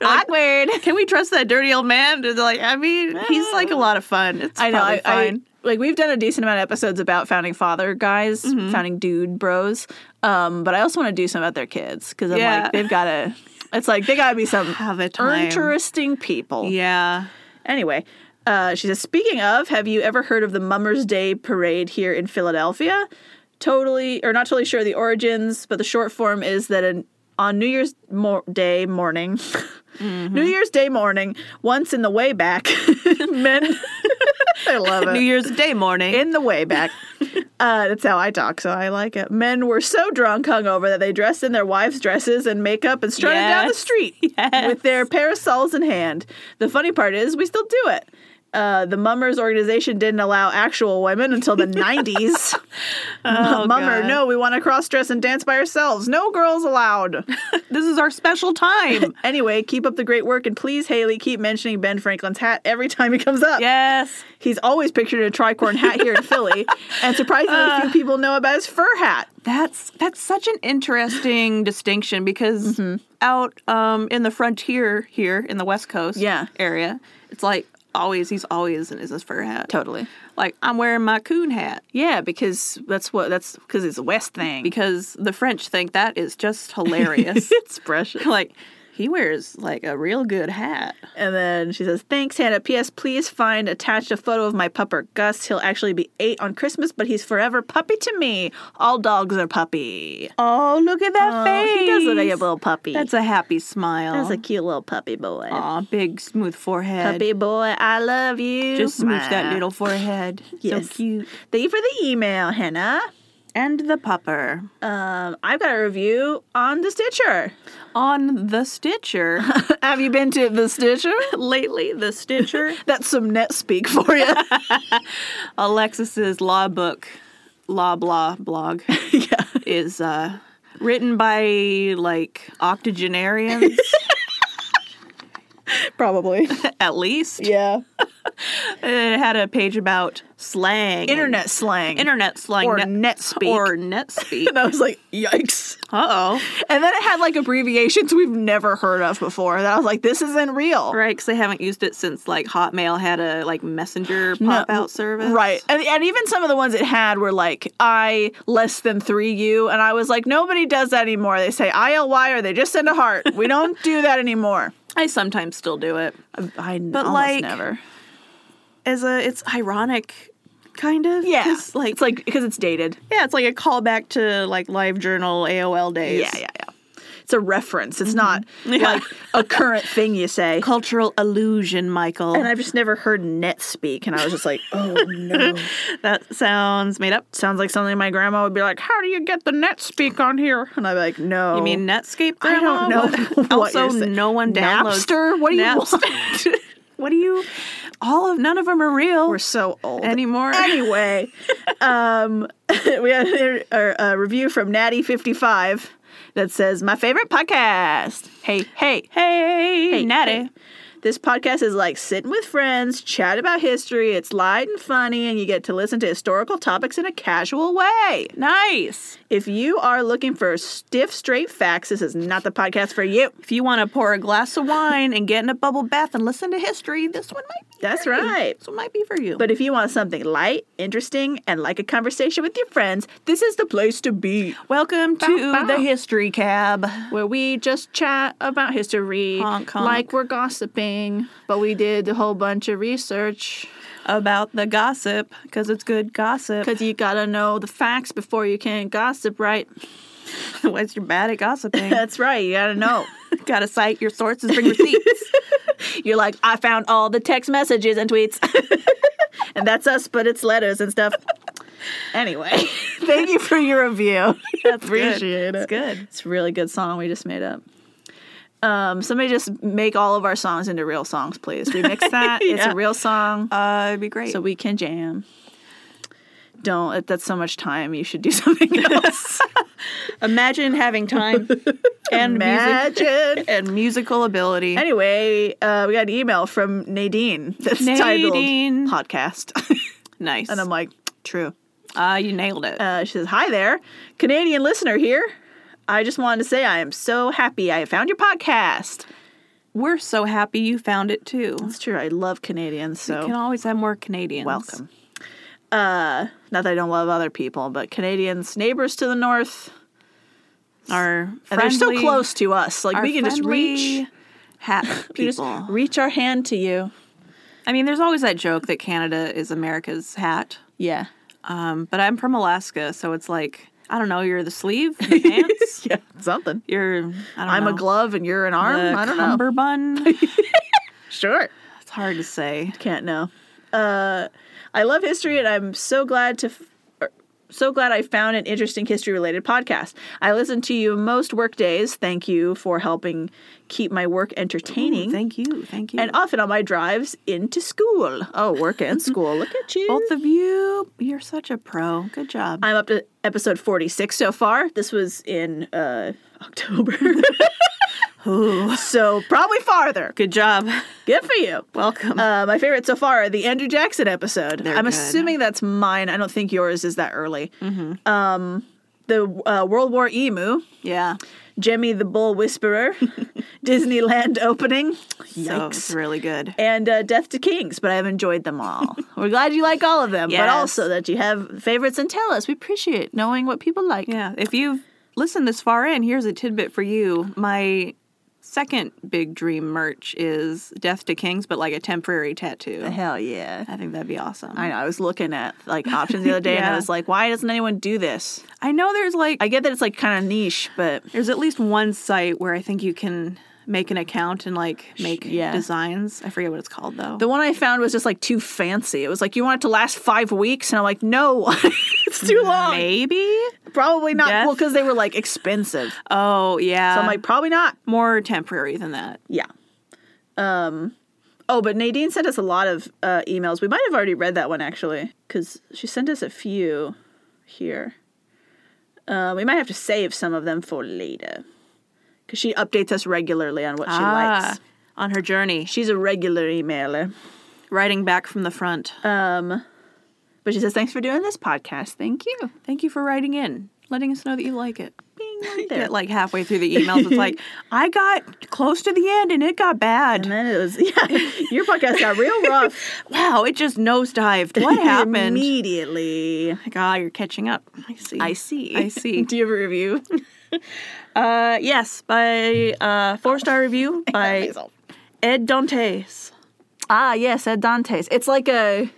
S2: Like,
S1: awkward.
S2: Can we trust that dirty old man? They're like, I mean, he's like a lot of fun. It's
S1: I know.
S2: probably
S1: I, I-
S2: fine.
S1: like we've done a decent amount of episodes about founding father guys,
S2: Mm-hmm.
S1: founding dude bros. Um, but I also want to do some about their kids because I'm
S2: Yeah.
S1: like they've got to. It's like
S2: *sighs*
S1: they got to be some
S2: Have a time.
S1: interesting people.
S2: yeah.
S1: Anyway. Uh, she says, speaking of, have you ever heard of the Mummers Day Parade here in Philadelphia? Totally, or not totally sure of the origins, but the short form is that an, on New Year's mo- Day morning, *laughs*
S2: Mm-hmm.
S1: New Year's Day morning, once in the way back, *laughs* men,
S2: *laughs*
S1: *laughs* I love it
S2: New Year's Day morning.
S1: in the
S2: *laughs*
S1: way back. Uh, that's how I talk, so I like it. Men were so drunk, hungover, that they dressed in their wives' dresses and makeup and strutted down the
S2: *laughs* Yes.
S1: street with their parasols in hand. The funny part is, we still do it. Uh, the Mummers organization didn't allow actual women until
S2: *laughs*
S1: the *laughs* 90s.
S2: Oh,
S1: Mummer,
S2: God.
S1: no, we want to cross dress and dance by ourselves. No
S2: *laughs*
S1: girls allowed.
S2: This is our special time.
S1: anyway, keep up the great work and please, Haley, keep mentioning Ben Franklin's hat every time he comes
S2: *laughs*
S1: up.
S2: yes.
S1: He's always pictured in a tricorn hat *laughs* here in Philly, and surprisingly few people know about his fur hat.
S2: That's that's such an
S1: *laughs*
S2: interesting distinction because
S1: Mm-hmm.
S2: out um, in the frontier here in the West Coast
S1: Yeah.
S2: area, it's like always he's always in his fur hat.
S1: Totally.
S2: Like I'm wearing my coon hat
S1: Yeah, because that's what that's because it's a West thing.
S2: because the French think that is just hilarious. *laughs*
S1: *laughs* it's precious.
S2: like he wears like a real good hat.
S1: *laughs* And then she says, Thanks, Hannah. P.S. Please find attached a photo of my pupper Gus. He'll actually be eight on Christmas, but he's forever puppy to me. All dogs are puppy.
S2: Oh, look at that
S1: Oh, he does look like a little puppy.
S2: That's a happy smile.
S1: That's a cute little puppy boy.
S2: Aw, big smooth forehead.
S1: Puppy boy, I love you.
S2: Just smooth
S1: Mwah.
S2: that little
S1: *laughs*
S2: forehead.
S1: Yes.
S2: So cute.
S1: Thank you for the email, Hannah.
S2: And the pupper.
S1: Um, I've got a review on the Stitcher.
S2: On the *laughs* Stitcher.
S1: Have you been to the *laughs* Stitcher?
S2: Lately, the Stitcher,
S1: *laughs* That's some net speak for you.
S2: Alexis's law book, law blah blog,
S1: *laughs* yeah.
S2: is uh, written by like *laughs* octogenarians
S1: *laughs* Probably.
S2: at least.
S1: Yeah.
S2: It had a page about slang, and
S1: Internet slang.
S2: internet slang,
S1: or
S2: net-
S1: net speak.
S2: or net *laughs* speak.
S1: And I was like, yikes.
S2: uh oh,
S1: And then it had like abbreviations we've never heard of before. And I was like, this isn't real.
S2: right? Because they haven't used it since like Hotmail had a like messenger
S1: No,
S2: pop out service,
S1: Right. And, and even some of the ones it had were like, I less than three you. And I was like, nobody does that anymore. They say ILY or they just send a heart. We don't do that anymore.
S2: I sometimes still do it.
S1: *laughs* I
S2: But,
S1: almost
S2: like,
S1: never.
S2: As a, it's ironic, kind of.
S1: Yeah.
S2: 'cause, like
S1: it's like, because it's dated.
S2: Yeah, it's like a callback to like Live Journal AOL days.
S1: Yeah, yeah, yeah. It's a reference. It's *laughs* not
S2: Yeah.
S1: like a current thing you *laughs* say.
S2: Cultural illusion, Michael.
S1: And I've just never heard net speak. And I was just *laughs* like, oh no.
S2: that sounds made up.
S1: Sounds like something my grandma would be like, how do you get the net speak on here? And I'd be like, no.
S2: You mean Netscape?
S1: Oh, I don't know.
S2: Grandma?
S1: *laughs* what you're
S2: also,
S1: saying.
S2: no one downloads
S1: Napster? What do you
S2: Napster?
S1: want?
S2: *laughs* What do you? All of none of them are real
S1: *laughs* We're so old.
S2: anymore.
S1: anyway, um, *laughs* we had a, a review from Natty55 that says, my favorite podcast. Hey, hey.
S2: hey,
S1: Hey,
S2: Natty.
S1: hey. This podcast is like sitting with friends, chat about history. It's light and funny, and you get to listen to historical topics in a casual way.
S2: Nice.
S1: If you are looking for stiff, straight facts, this is not the podcast for you.
S2: If you want to pour a glass of wine and get in a bubble bath and listen to history, this one might. Be
S1: That's
S2: for you.
S1: right.
S2: This one might be for you.
S1: But if you want something light, interesting, and like a conversation with your friends, this is the place to be,
S2: welcome to
S1: Bow, bow.
S2: the History Cab.
S1: where we just chat about history
S2: Honk, honk.
S1: like we're gossiping, but we did a whole bunch of research.
S2: about the gossip because it's good gossip.
S1: Because you gotta know the facts before you can gossip, right?
S2: *laughs* Otherwise, you're bad at gossiping.
S1: *laughs* That's right, you gotta *laughs* know.
S2: Gotta cite your sources, bring receipts.
S1: You're like, I found all the text messages and tweets. *laughs* and that's us, but it's letters and *laughs* stuff. Anyway, thank you for your review.
S2: That's
S1: Appreciate
S2: good.
S1: it.
S2: It's good.
S1: It's a really good song we just made up. Um, somebody just make all of our songs into real songs, please. Remix
S2: *laughs*
S1: that. It's
S2: Yeah.
S1: a real song,
S2: Uh, it'd be great.
S1: so we can jam. Don't. uh, That's so much time. You should do *laughs* something else.
S2: imagine having
S1: *laughs*
S2: time *laughs* and music
S1: Imagine.
S2: and musical ability.
S1: Anyway, uh, we got an email from Nadine that's
S2: Nadine.
S1: titled podcast, *laughs*
S2: nice.
S1: and I'm like, true.
S2: uh, you nailed it.
S1: Uh, she says, Hi there, Canadian listener here. I just wanted to say I am so happy I found your podcast.
S2: We're so happy you found it too.
S1: It's true. I love Canadians, so
S2: We can always have more Canadians.
S1: welcome. Uh, not that I don't love other people, but Canadians, neighbors to the north,
S2: Our
S1: and they're so
S2: friendly-
S1: close to us. Like
S2: our
S1: we can just
S2: friendly
S1: reach,
S2: hat
S1: *laughs* we just
S2: people.
S1: reach our hand to you.
S2: I mean, there's always that joke that Canada is America's hat.
S1: Yeah,
S2: Um, but I'm from Alaska, so it's like I don't know. You're the sleeve,
S1: *laughs*
S2: the pants.
S1: *laughs* yeah, something.
S2: You're I don't
S1: I'm
S2: know,
S1: a glove and you're an arm.
S2: the
S1: I don't know. *laughs*
S2: cummerbund.
S1: Sure.
S2: it's hard to say.
S1: Can't know. Uh, I love history, and I'm so glad to. F- er, So glad I found an interesting history related podcast. I listen to you most work days. Thank you for helping keep my work entertaining.
S2: Thank you. Thank you.
S1: and often on my drives into school. Oh, work *laughs* and school. Look at you.
S2: both of you, you're such a pro. Good job.
S1: I'm up to episode 46 so far. This was in uh, *laughs* October. so probably farther.
S2: Good job.
S1: Good for you.
S2: Welcome.
S1: Uh, my favorite so far, the Andrew Jackson episode.
S2: They're
S1: I'm
S2: good.
S1: assuming that's mine. I don't think yours is that early. Um, the uh, World War Emu,
S2: yeah.
S1: Jemmy the Bull *laughs* Whisperer, Disneyland opening.
S2: So
S1: Yikes.
S2: it's really good.
S1: and uh, Death to Kings, but I've enjoyed
S2: *laughs*
S1: them all. We're glad you like all of them, but
S2: Yes.
S1: also that you have favorites and tell us. We appreciate knowing what people like.
S2: Yeah. If you've listened this far in, here's a tidbit for you. My second big dream merch is Death to Kings, but like a temporary tattoo.
S1: Hell yeah.
S2: I think that'd be awesome.
S1: I know. I was looking at like options the other day, and I
S2: *laughs* Yeah.
S1: was like, "Why doesn't anyone do this?"
S2: I know there's like
S1: I get that it's like kind of niche, but
S2: there's at least one site where I think you can make an account and like make
S1: yeah.
S2: designs. I forget what it's called though.
S1: the one I found was just like too fancy. It was like you want it to last five weeks, and I'm like, "No, *laughs* it's too long.
S2: Maybe.
S1: Probably not."
S2: Death?
S1: Well, because they were like expensive, so
S2: Oh yeah.
S1: I'm like, "Probably not."
S2: more temporary than that.
S1: Yeah. Um, oh, but Nadine sent us a lot of uh, emails. We might have already read that one actually, because she sent us a few here. Uh, we might have to save some of them for later, because she updates us regularly on what she likes.
S2: On her journey,
S1: She's a regular emailer.
S2: riding back from the front.
S1: Um, but she says thanks for doing this podcast. Thank *laughs* you.
S2: Thank you for writing in, letting us know that you like it.
S1: Bing, right there.
S2: Get like halfway through the emails, it's *laughs* like I got close to the end and it got
S1: and
S2: bad.
S1: then it was *laughs* yeah, your podcast got *laughs* real rough.
S2: Wow, it just nosedived. *laughs* What happened?
S1: immediately?
S2: Like, ah, you're catching up. I see.
S1: I see.
S2: *laughs* I see.
S1: Do you have a *laughs* review?
S2: Uh, yes, by uh, four star *laughs* review by
S1: Myself.
S2: Ed Dantes.
S1: Ah, yes, at Dante's. It's like a.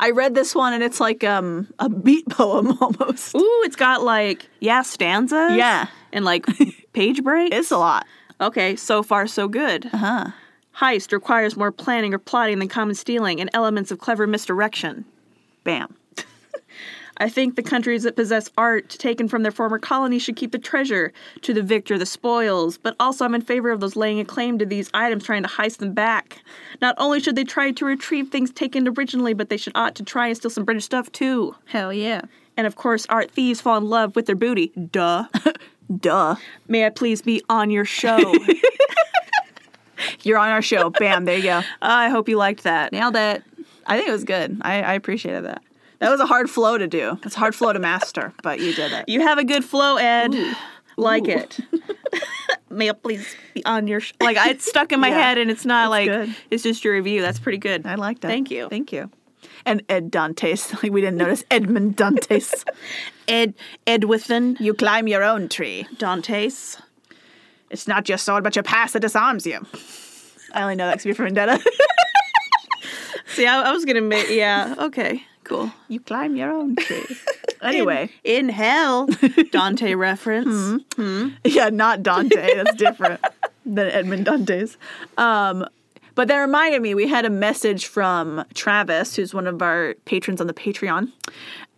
S1: I read this one and it's like um a beat poem *laughs* almost.
S2: Ooh, it's got like yeah stanzas.
S1: Yeah.
S2: and like *laughs* page breaks.
S1: It's a lot.
S2: Okay, so far so good. Uh-huh. Heist requires more planning or plotting than common stealing and elements of clever misdirection.
S1: Bam.
S2: I think the countries that possess art taken from their former colonies should keep the treasure to the victor, the spoils. But also, I'm in favor of those laying a claim to these items trying to heist them back. Not only should they try to retrieve things taken originally, but they should ought to try and steal some British stuff too.
S1: Hell yeah.
S2: And of course, art thieves fall in love with their booty. Duh.
S1: Duh.
S2: May I please be on your *laughs* show?
S1: You're on our show. Bam. There
S2: *laughs*
S1: you go.
S2: I hope you liked that.
S1: Nailed it. I think it was good. I, I appreciated that. That was a hard flow to do. It's a hard flow to master, but you did it.
S2: You have a good flow, Ed. Like it. May I please be on your sh- like? I- It's stuck in *laughs* my
S1: Yeah.
S2: head, and it's not like
S1: good.
S2: it's just your review. That's pretty good.
S1: I liked it.
S2: Thank you,
S1: Thank you. And Ed Dantes. *laughs* Like we didn't notice Edmund Dantes. *laughs*
S2: Ed Edwithan
S1: you climb your own tree.
S2: Dantes.
S1: It's not your sword, but your past that disarms you. I only know that 'cause we're from Vendetta.
S2: See, I, I was gonna make yeah. Okay, cool.
S1: You climb your own tree. *laughs* anyway,
S2: in
S1: *laughs*
S2: hell, Dante reference.
S1: Mm-hmm. yeah, not Dante. That's different than Edmund Dante's. Um, but that reminded me, we had a message from Travis, who's one of our patrons on the Patreon.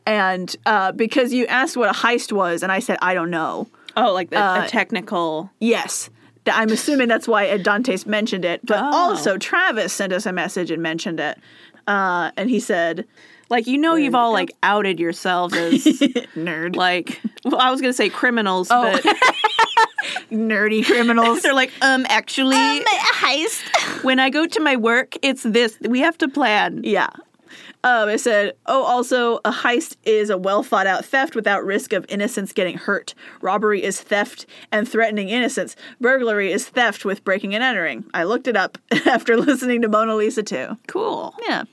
S1: And uh, because you asked what a heist was, and I said, I don't know.
S2: Oh, like the,
S1: Uh,
S2: a technical.
S1: Yes. Th- I'm assuming that's why Ed Dantes mentioned it, but
S2: Oh.
S1: also Travis sent us a message and mentioned it. Uh, and he said,
S2: Like you know, you've all like outed yourselves as
S1: *laughs* nerd.
S2: like. Well, I was gonna say criminals,
S1: *laughs* Oh.
S2: but
S1: Nerdy *laughs*
S2: *laughs*
S1: criminals.
S2: they're like um actually.
S1: heist.
S2: When I go to my work, it's this. We have to plan.
S1: Yeah. Um, it said, oh, also, a heist is a well thought out theft without risk of innocents getting hurt. Robbery is theft and threatening innocence. Burglary is theft with breaking and entering. I looked it up *laughs* after listening to Mona Lisa too.
S2: Cool.
S1: Yeah.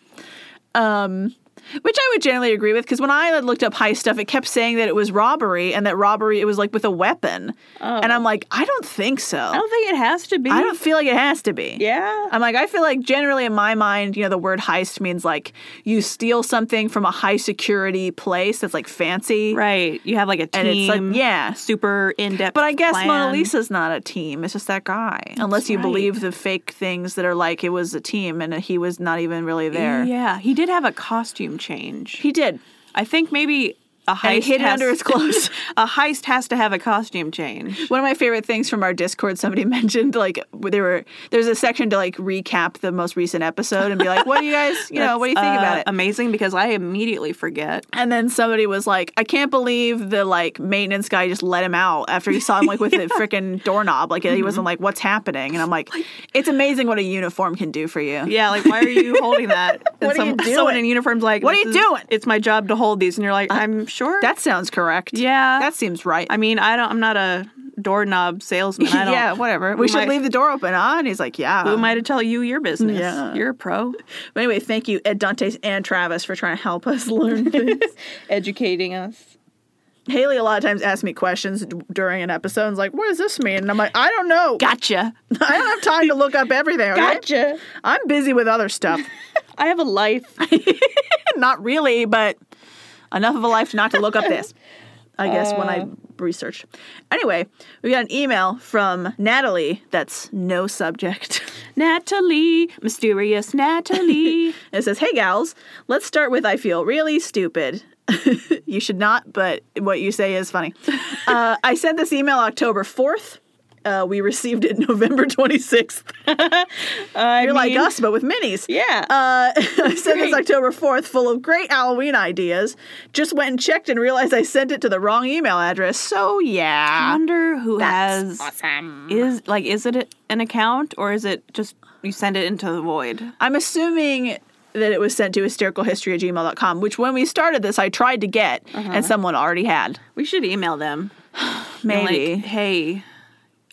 S1: Um, which I would generally agree with because when I had looked up heist stuff, it kept saying that it was robbery and that robbery, it was like with a weapon. And I'm like, I don't think so.
S2: Oh. I don't think it has to be.
S1: I don't feel like it has to be.
S2: yeah.
S1: I'm like, I feel like generally in my mind, you know, the word heist means like you steal something from a high security place that's like fancy.
S2: right. You have like a team.
S1: And it's like, yeah.
S2: Super in depth.
S1: But I guess Mona
S2: plan.
S1: Lisa's not a team. It's just that guy. Unless you
S2: right.
S1: believe the fake things that are like it was a team and he was not even really there.
S2: Yeah. He did have a costume change.
S1: He did.
S2: I think maybe *laughs* a heist
S1: I hid it
S2: has-
S1: under his clothes.
S2: a heist has to have a costume change.
S1: One of my favorite things from our Discord, somebody *laughs* mentioned like there were there's a section to like recap the most recent episode and be like, what do you guys, you know, what do you think
S2: Uh,
S1: about it?
S2: Amazing because I immediately forget.
S1: And then somebody was like, I can't believe the like maintenance guy just let him out after he saw him *laughs* like with the freaking doorknob. Like he wasn't like, what's happening? And I'm Mm-hmm. like, it's amazing what a uniform can do for you.
S2: Yeah, like why are you holding *laughs* that? And
S1: What are you
S2: Someone in
S1: doing?
S2: uniform's like,
S1: What are
S2: "This
S1: you
S2: is-
S1: doing?"
S2: It's my job to hold these, and you're like, I'm sure.
S1: That sounds correct.
S2: yeah.
S1: That seems right.
S2: Uh, I mean, I don't. I'm not a doorknob salesman. *laughs* I don't,
S1: *laughs* yeah, whatever.
S2: who
S1: We should
S2: am I-
S1: leave the door open, huh? And he's like, yeah.
S2: Who am I to tell you your business?
S1: Yeah.
S2: You're a pro.
S1: But anyway, thank you, Ed Dantes and Travis, for trying to help us *laughs* learn things.
S3: educating us.
S1: Haley a lot of times asks me questions d- during an episode. and's like, what does this mean? And I'm like, I don't know.
S2: Gotcha.
S1: *laughs* I don't have time to look up everything. okay?
S3: Gotcha.
S1: I'm busy with other stuff.
S3: I have a life.
S1: not really, but enough of a life not to look up this. I guess when I research. Anyway, we got an email from Natalie that's no subject. *laughs*
S2: Natalie, mysterious Natalie. *laughs*
S1: It says, Hey gals, let's start with I feel really stupid. *laughs* you should not, but what you say is funny. Uh, I sent this email October 4th. Uh, we received it *laughs* November 26th.
S3: I
S1: You're like
S3: mean,
S1: us, but with minis.
S3: Yeah.
S2: Um,
S1: Uh, I sent this
S3: Great.
S1: October 4th full of great Halloween ideas. Just went and checked and realized I sent it to the wrong email address. So,
S2: I
S1: yeah.
S2: wonder who has
S3: awesome.
S2: is like is it an account or is it just you send it into the void?
S1: I'm assuming that it was sent to hystericalhistory at gmail.com, which when we started this, I tried to get
S2: Uh-huh.
S1: and someone already had.
S2: We should email them. And,
S1: Maybe.
S2: Like, hey,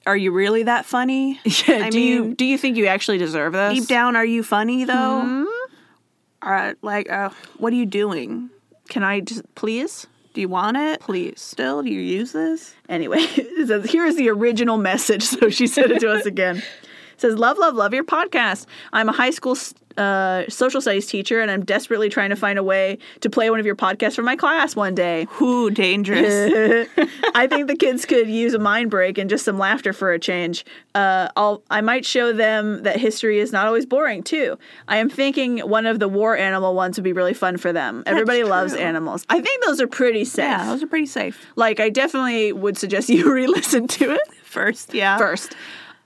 S2: are you really that funny?
S1: *laughs* Yeah,
S2: I
S1: do you
S2: mean-
S1: do you think you actually deserve this?
S2: Deep down, are you funny though? Are- like, uh, what are you doing?
S1: Can I just please?
S2: Do you want it? Please. Still, do you use this?
S1: Anyway, *laughs* it says, here is the original message. *laughs* So she sent it to us again. It says, Love, love, love your podcast. I'm a high school uh, social studies teacher, and I'm desperately trying to find a way to play one of your podcasts for my class one day.
S2: Who dangerous?
S1: *laughs* I think the kids could use a mind break and just some laughter for a change. Uh, I'll, I might show them that history is not always boring, too. I am thinking one of the war animal ones would be really fun for them. Everybody loves
S2: true.
S1: animals. I think those are pretty safe.
S2: yeah, those are pretty safe.
S1: Like, I definitely would suggest *laughs* you re listen to it
S2: First, yeah.
S1: first.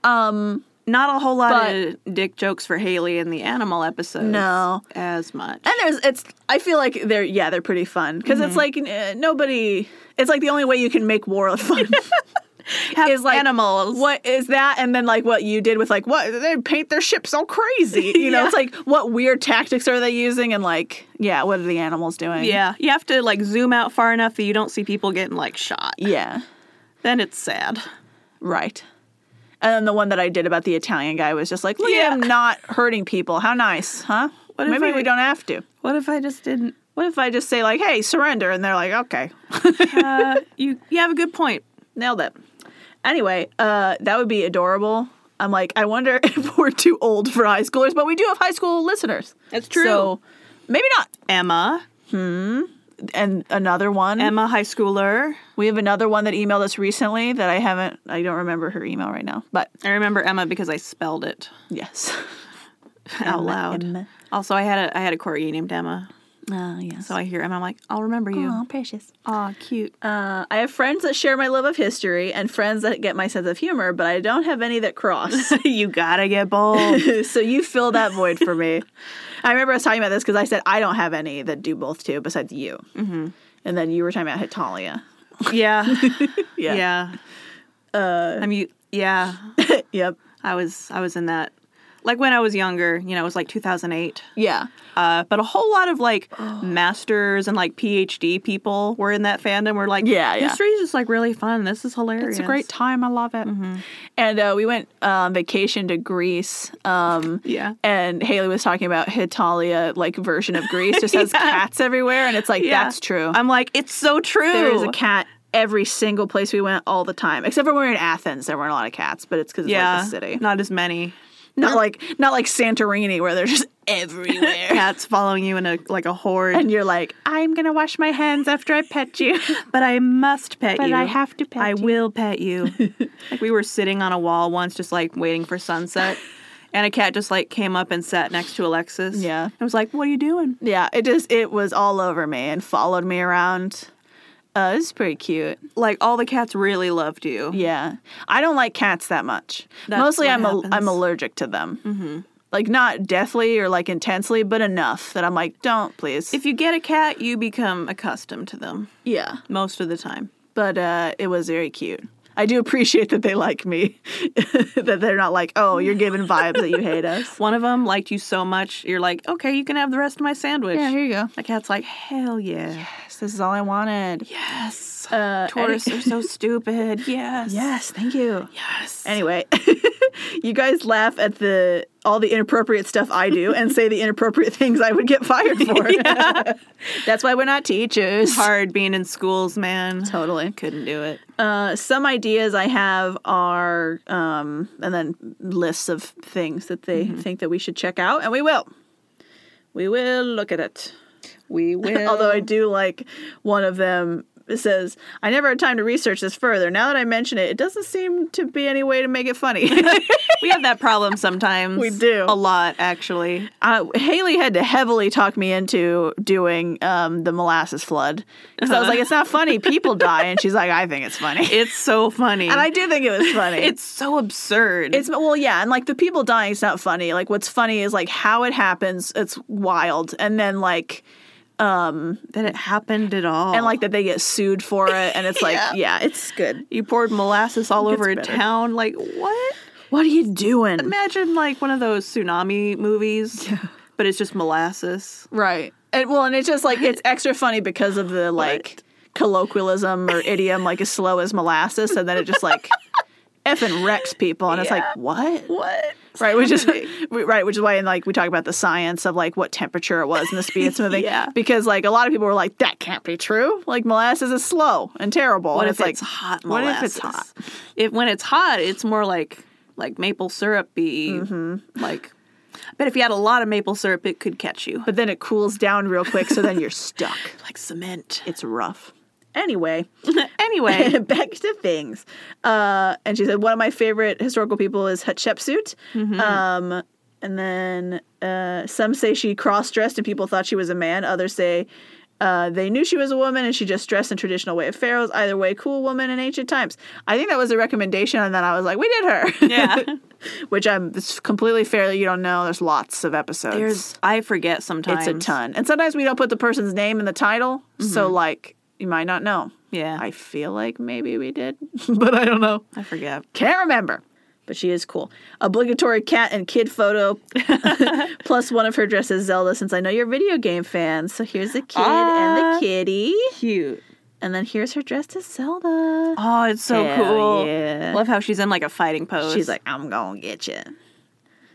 S1: Um,
S2: Not a whole lot
S1: But-
S2: of dick jokes for Haley in the animal episode.
S1: No.
S2: as much.
S1: And there's, it's, I feel like they're, yeah, they're pretty fun because
S2: Mm-hmm.
S1: it's like uh, nobody, it's like the only way you can make war fun
S2: Have
S1: is like
S2: animals.
S1: *laughs* What is that? And then like what you did with like what they paint their ships
S2: *laughs*
S1: all crazy. You know,
S2: Yeah.
S1: it's like what weird tactics are they using and like yeah, what are the animals doing?
S2: Yeah, you have to like zoom out far enough that you don't see people getting like shot.
S1: yeah,
S2: Then it's sad.
S1: right. And then the one that I did about the Italian guy was just like, look
S2: Yeah.
S1: at him not hurting people. How nice, huh?
S2: What if
S1: Maybe
S2: I-
S1: we don't have to.
S2: What if I just didn't?
S1: What if I just say like, hey, surrender? And they're like, okay, *laughs*
S2: Uh, you you have a good point.
S1: Nailed it. Anyway, uh, that would be adorable. I'm like, I wonder *laughs* if we're too old for high schoolers, but we do have high school listeners.
S2: That's true.
S1: So maybe not.
S2: Emma,
S1: And another one.
S2: Emma, high schooler.
S1: we have another one that emailed us recently that I haven't, I don't remember her email right now, but
S2: I remember Emma because I spelled it
S1: yes.
S2: *laughs* out loud.
S1: Emma.
S2: Also, I had a I had a corgi named Emma,
S1: Oh, yes.
S2: so I hear Emma. I'm like, I'll remember you.
S1: precious.
S2: Aw, cute.
S1: Uh, *laughs* I have friends that share my love of history and friends that get my sense of humor, but I don't have any that cross.
S2: *laughs* you gotta get bold.
S1: *laughs* so you fill that void for me. I remember I was talking about this because I said I don't have any that do both too, besides you. Mm-hmm. And then you were talking about Hitalia.
S2: yeah,
S1: *laughs* Yeah.
S2: yeah. Uh, I'm you. Yeah,
S1: Yep.
S2: I was I was in that. Like when I was younger, you know, it was like 2008.
S1: Yeah.
S2: Uh, but a whole lot of like
S1: Oh.
S2: masters and like PhD people were in that fandom. Were like,
S1: Yeah, yeah.
S2: history is just like really fun. This is hilarious.
S1: It's a great time. I love it.
S2: Mm-hmm.
S1: And uh, we went uh, on vacation to Greece. Um,
S2: Yeah.
S1: And Haley was talking about Hitalia, like version of Greece, just
S2: *laughs*
S1: has cats everywhere, and it's like
S2: Yeah.
S1: that's true.
S2: I'm like, it's so true.
S1: there is a cat every single place we went all the time, except for when we were in Athens. There weren't a lot of cats, but it's because it's
S2: yeah,
S1: like a city,
S2: not as many
S1: not like not like Santorini where they're just *laughs* everywhere.
S2: cats following you in a like a horde.
S1: and you're like, I'm gonna wash my hands after I pet you.
S2: but I must pet
S1: *laughs* But
S2: you.
S1: I have to pet
S2: I
S1: you.
S2: will pet you.
S1: *laughs*
S2: like we were sitting on a wall once, just like waiting for sunset. And a cat just like came up and sat next to Alexis.
S1: Yeah.
S2: I was like, What are you doing?
S1: yeah, it just it was all over me and followed me around. Uh, this is pretty cute.
S2: Like all the cats really loved you.
S1: Yeah, I don't like cats that much.
S2: That's
S1: Mostly,
S2: what
S1: I'm al- I'm
S2: happens.
S1: allergic to them. Mm-hmm. Like not deathly or like intensely, but enough that I'm like, don't please.
S2: If you get a cat, you become accustomed to them
S1: yeah,
S2: most of the time.
S1: but uh, it was very cute. I do appreciate that they like me. *laughs* that they're not like, oh, you're giving vibes that you hate us.
S2: One of them liked you so much, you're like, okay, you can have the rest of my sandwich.
S1: *laughs* Yeah, here you go.
S2: The cat's like, hell yeah.
S1: Yes, this is all I wanted.
S2: Yes.
S1: Uh,
S2: Tortoise are so stupid. Yes.
S1: Yes, thank you.
S2: Yes.
S1: Anyway, *laughs* you guys laugh at the all the inappropriate stuff I do and say the inappropriate things I would get fired *laughs* for. That's why we're not teachers.
S2: Hard being in schools, man.
S1: Totally.
S2: Couldn't do it.
S1: Uh, some ideas I have are, um, and then lists of things that they think that we should check out, and we will. We will look at it.
S2: *laughs* We will.
S1: Although I do like one of them says, I never had time to research this further. Now that I mention it, it doesn't seem to be any way to make it funny.
S2: we have that problem sometimes.
S1: We do.
S2: A lot, actually.
S1: uh, Haley had to heavily talk me into doing um, the molasses flood. Because I was like, it's not funny. People die. And she's like, I think it's funny.
S2: *laughs* It's so funny.
S1: And I do think it was funny.
S2: it's so absurd.
S1: It's well, yeah, and like the people dying is not funny. Like what's funny is like how it happens. It's wild, and then like
S2: that it happened at all.
S1: and like that they get sued for it, and it's like *laughs* yeah, it's good.
S2: you poured molasses all
S1: Gets
S2: over a
S1: better.
S2: town. Like what?
S1: What are you doing?
S2: Imagine like one of those tsunami
S1: *laughs*
S2: movies, but it's just molasses.
S1: Right. And well, and it's just like it's extra funny because of *laughs* the like colloquialism or idiom, like as slow as molasses, and then it just *laughs* like effing wrecks people, and it's like what?
S2: What?
S1: *laughs* Right, which
S2: *laughs*
S1: is we- right, which is why, and like we talk about the science of like what temperature it was and the speed
S2: *laughs*
S1: it's moving.
S2: Yeah.
S1: because like a lot of people were like, that can't be true. Like molasses is slow and terrible.
S2: What
S1: and
S2: if
S1: it's like
S2: it's hot
S1: what
S2: molasses?
S1: if it's hot?
S2: If when it's hot, it's more like like maple syrupy. Like, but if you had a lot of maple syrup, it could catch you.
S1: But then it cools down real quick, so then you're stuck.
S2: Like cement.
S1: It's rough. Anyway,
S2: *laughs* anyway,
S1: *laughs* back to things. Uh, and she said one of my favorite historical people is Hatshepsut.
S2: Mm-hmm.
S1: Um, and then uh, some say she cross dressed and people thought she was a man. Others say uh, they knew she was a woman and she just dressed in traditional way of pharaohs. Either way, cool woman in ancient times. I think that was a recommendation, and then I was like, we did her.
S2: *laughs* *laughs* yeah.
S1: *laughs* Which I'm it's completely fair that you don't know. There's lots of episodes.
S2: There's I forget sometimes. Mm-hmm.
S1: it's a ton, and sometimes we don't put the person's name in the title, so like you might not know.
S2: Yeah,
S1: I feel like maybe we did, *laughs* but I don't know.
S2: I forget.
S1: Can't remember. But she is cool. Obligatory cat and
S2: *laughs*
S1: kid photo, *laughs* plus one of her dresses Zelda. Since I know you're video game fans, so here's the kid and
S2: Ah.
S1: the kitty,
S2: Cute.
S1: and then here's her dressed as Zelda.
S2: Oh, it's so
S1: Hell
S2: cool.
S1: yeah.
S2: Love how she's in like a fighting pose.
S1: She's like, I'm gonna get you.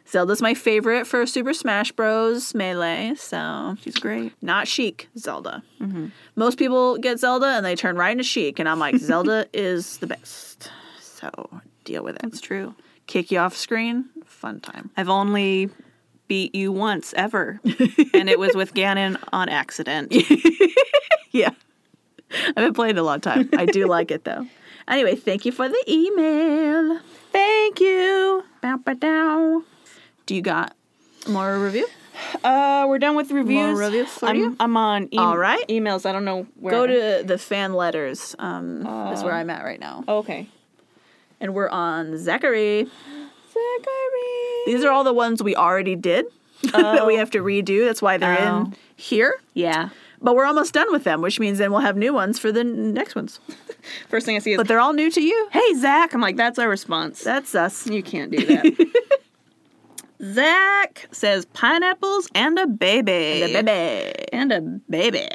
S1: Zelda's my favorite for Super Smash Bros. Melee, so
S2: she's great.
S1: not chic Zelda.
S2: Mm-hmm.
S1: Most people get Zelda and they turn right into chic, and I'm like,
S2: *laughs*
S1: Zelda is the best. So deal with it.
S2: It's true.
S1: Kick you off screen, fun time.
S2: I've only beat you once ever, *laughs* and it was with Ganon on accident.
S1: *laughs* Yeah. I've been playing it a long time.
S2: *laughs*
S1: I do like it though. Anyway, thank you for the email.
S2: Thank you.
S1: Bow, bow, dow. Do you got more review?
S2: *laughs* Uh, we're done with reviews.
S1: reviews for
S2: I'm,
S1: you?
S2: I'm on. E-
S1: All right.
S2: Emails. I don't know where.
S1: Go to the fan letters, um, is where I'm at right now.
S2: Okay.
S1: And we're on Zachary.
S2: Zachary.
S1: These are all the ones we already did *laughs* that we have to redo. That's why they're in
S2: Oh.
S1: here.
S2: Yeah.
S1: But we're almost done with them, which means then we'll have new ones for the n- next ones.
S2: First thing I see is,
S1: But they're all new to you.
S2: "Hey, Zach." I'm like, "That's our response."
S1: That's us.
S2: You can't do that. Zach says pineapples and a baby.
S1: The baby.
S2: And a baby.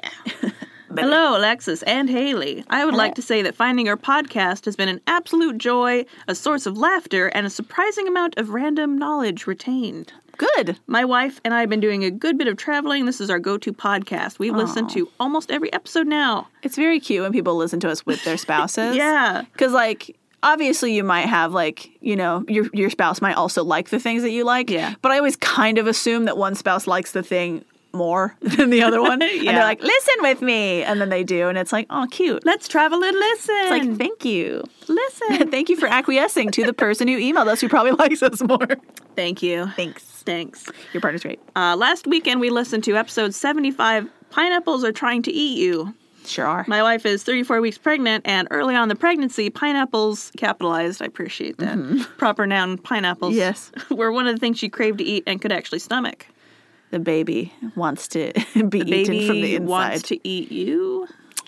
S2: Hello, Alexis and Haley. I would like to say that finding your podcast has been an absolute joy, a source of laughter, and a surprising amount of random knowledge retained.
S1: Good.
S2: My wife and I have been doing a good bit of traveling. This is our go to podcast. We listen to almost every episode now.
S1: It's very cute when people listen to us with their
S2: *laughs*
S1: spouses.
S2: Yeah.
S1: Because, like, obviously you might have, like, you know, your, your spouse might also like the things that you like.
S2: Yeah.
S1: But I always kind of assume that one spouse likes the thing more *laughs* than the
S2: *laughs*
S1: other one. And they're
S2: Yeah.
S1: like, listen with me. And then they do. And it's like, oh, cute.
S2: Let's travel and listen.
S1: It's like, thank you.
S2: listen.
S1: *laughs* Thank you for acquiescing to the person who emailed us who probably *laughs* likes us more.
S2: Thank you.
S1: Thanks.
S2: Thanks.
S1: Your partner's great.
S2: Uh, last weekend, we listened to episode 75 Pineapples Are Trying to Eat You.
S4: Sure are.
S2: My wife is 34 weeks pregnant, and early on in the pregnancy, pineapples, capitalized, I appreciate that. Proper noun, pineapples.
S1: Mm-hmm. Yes.
S2: *laughs* Were one of the things she craved to eat and could actually stomach.
S1: The baby wants to *laughs* be
S2: Baby
S1: eaten from the inside.
S2: wants Uh, to eat you.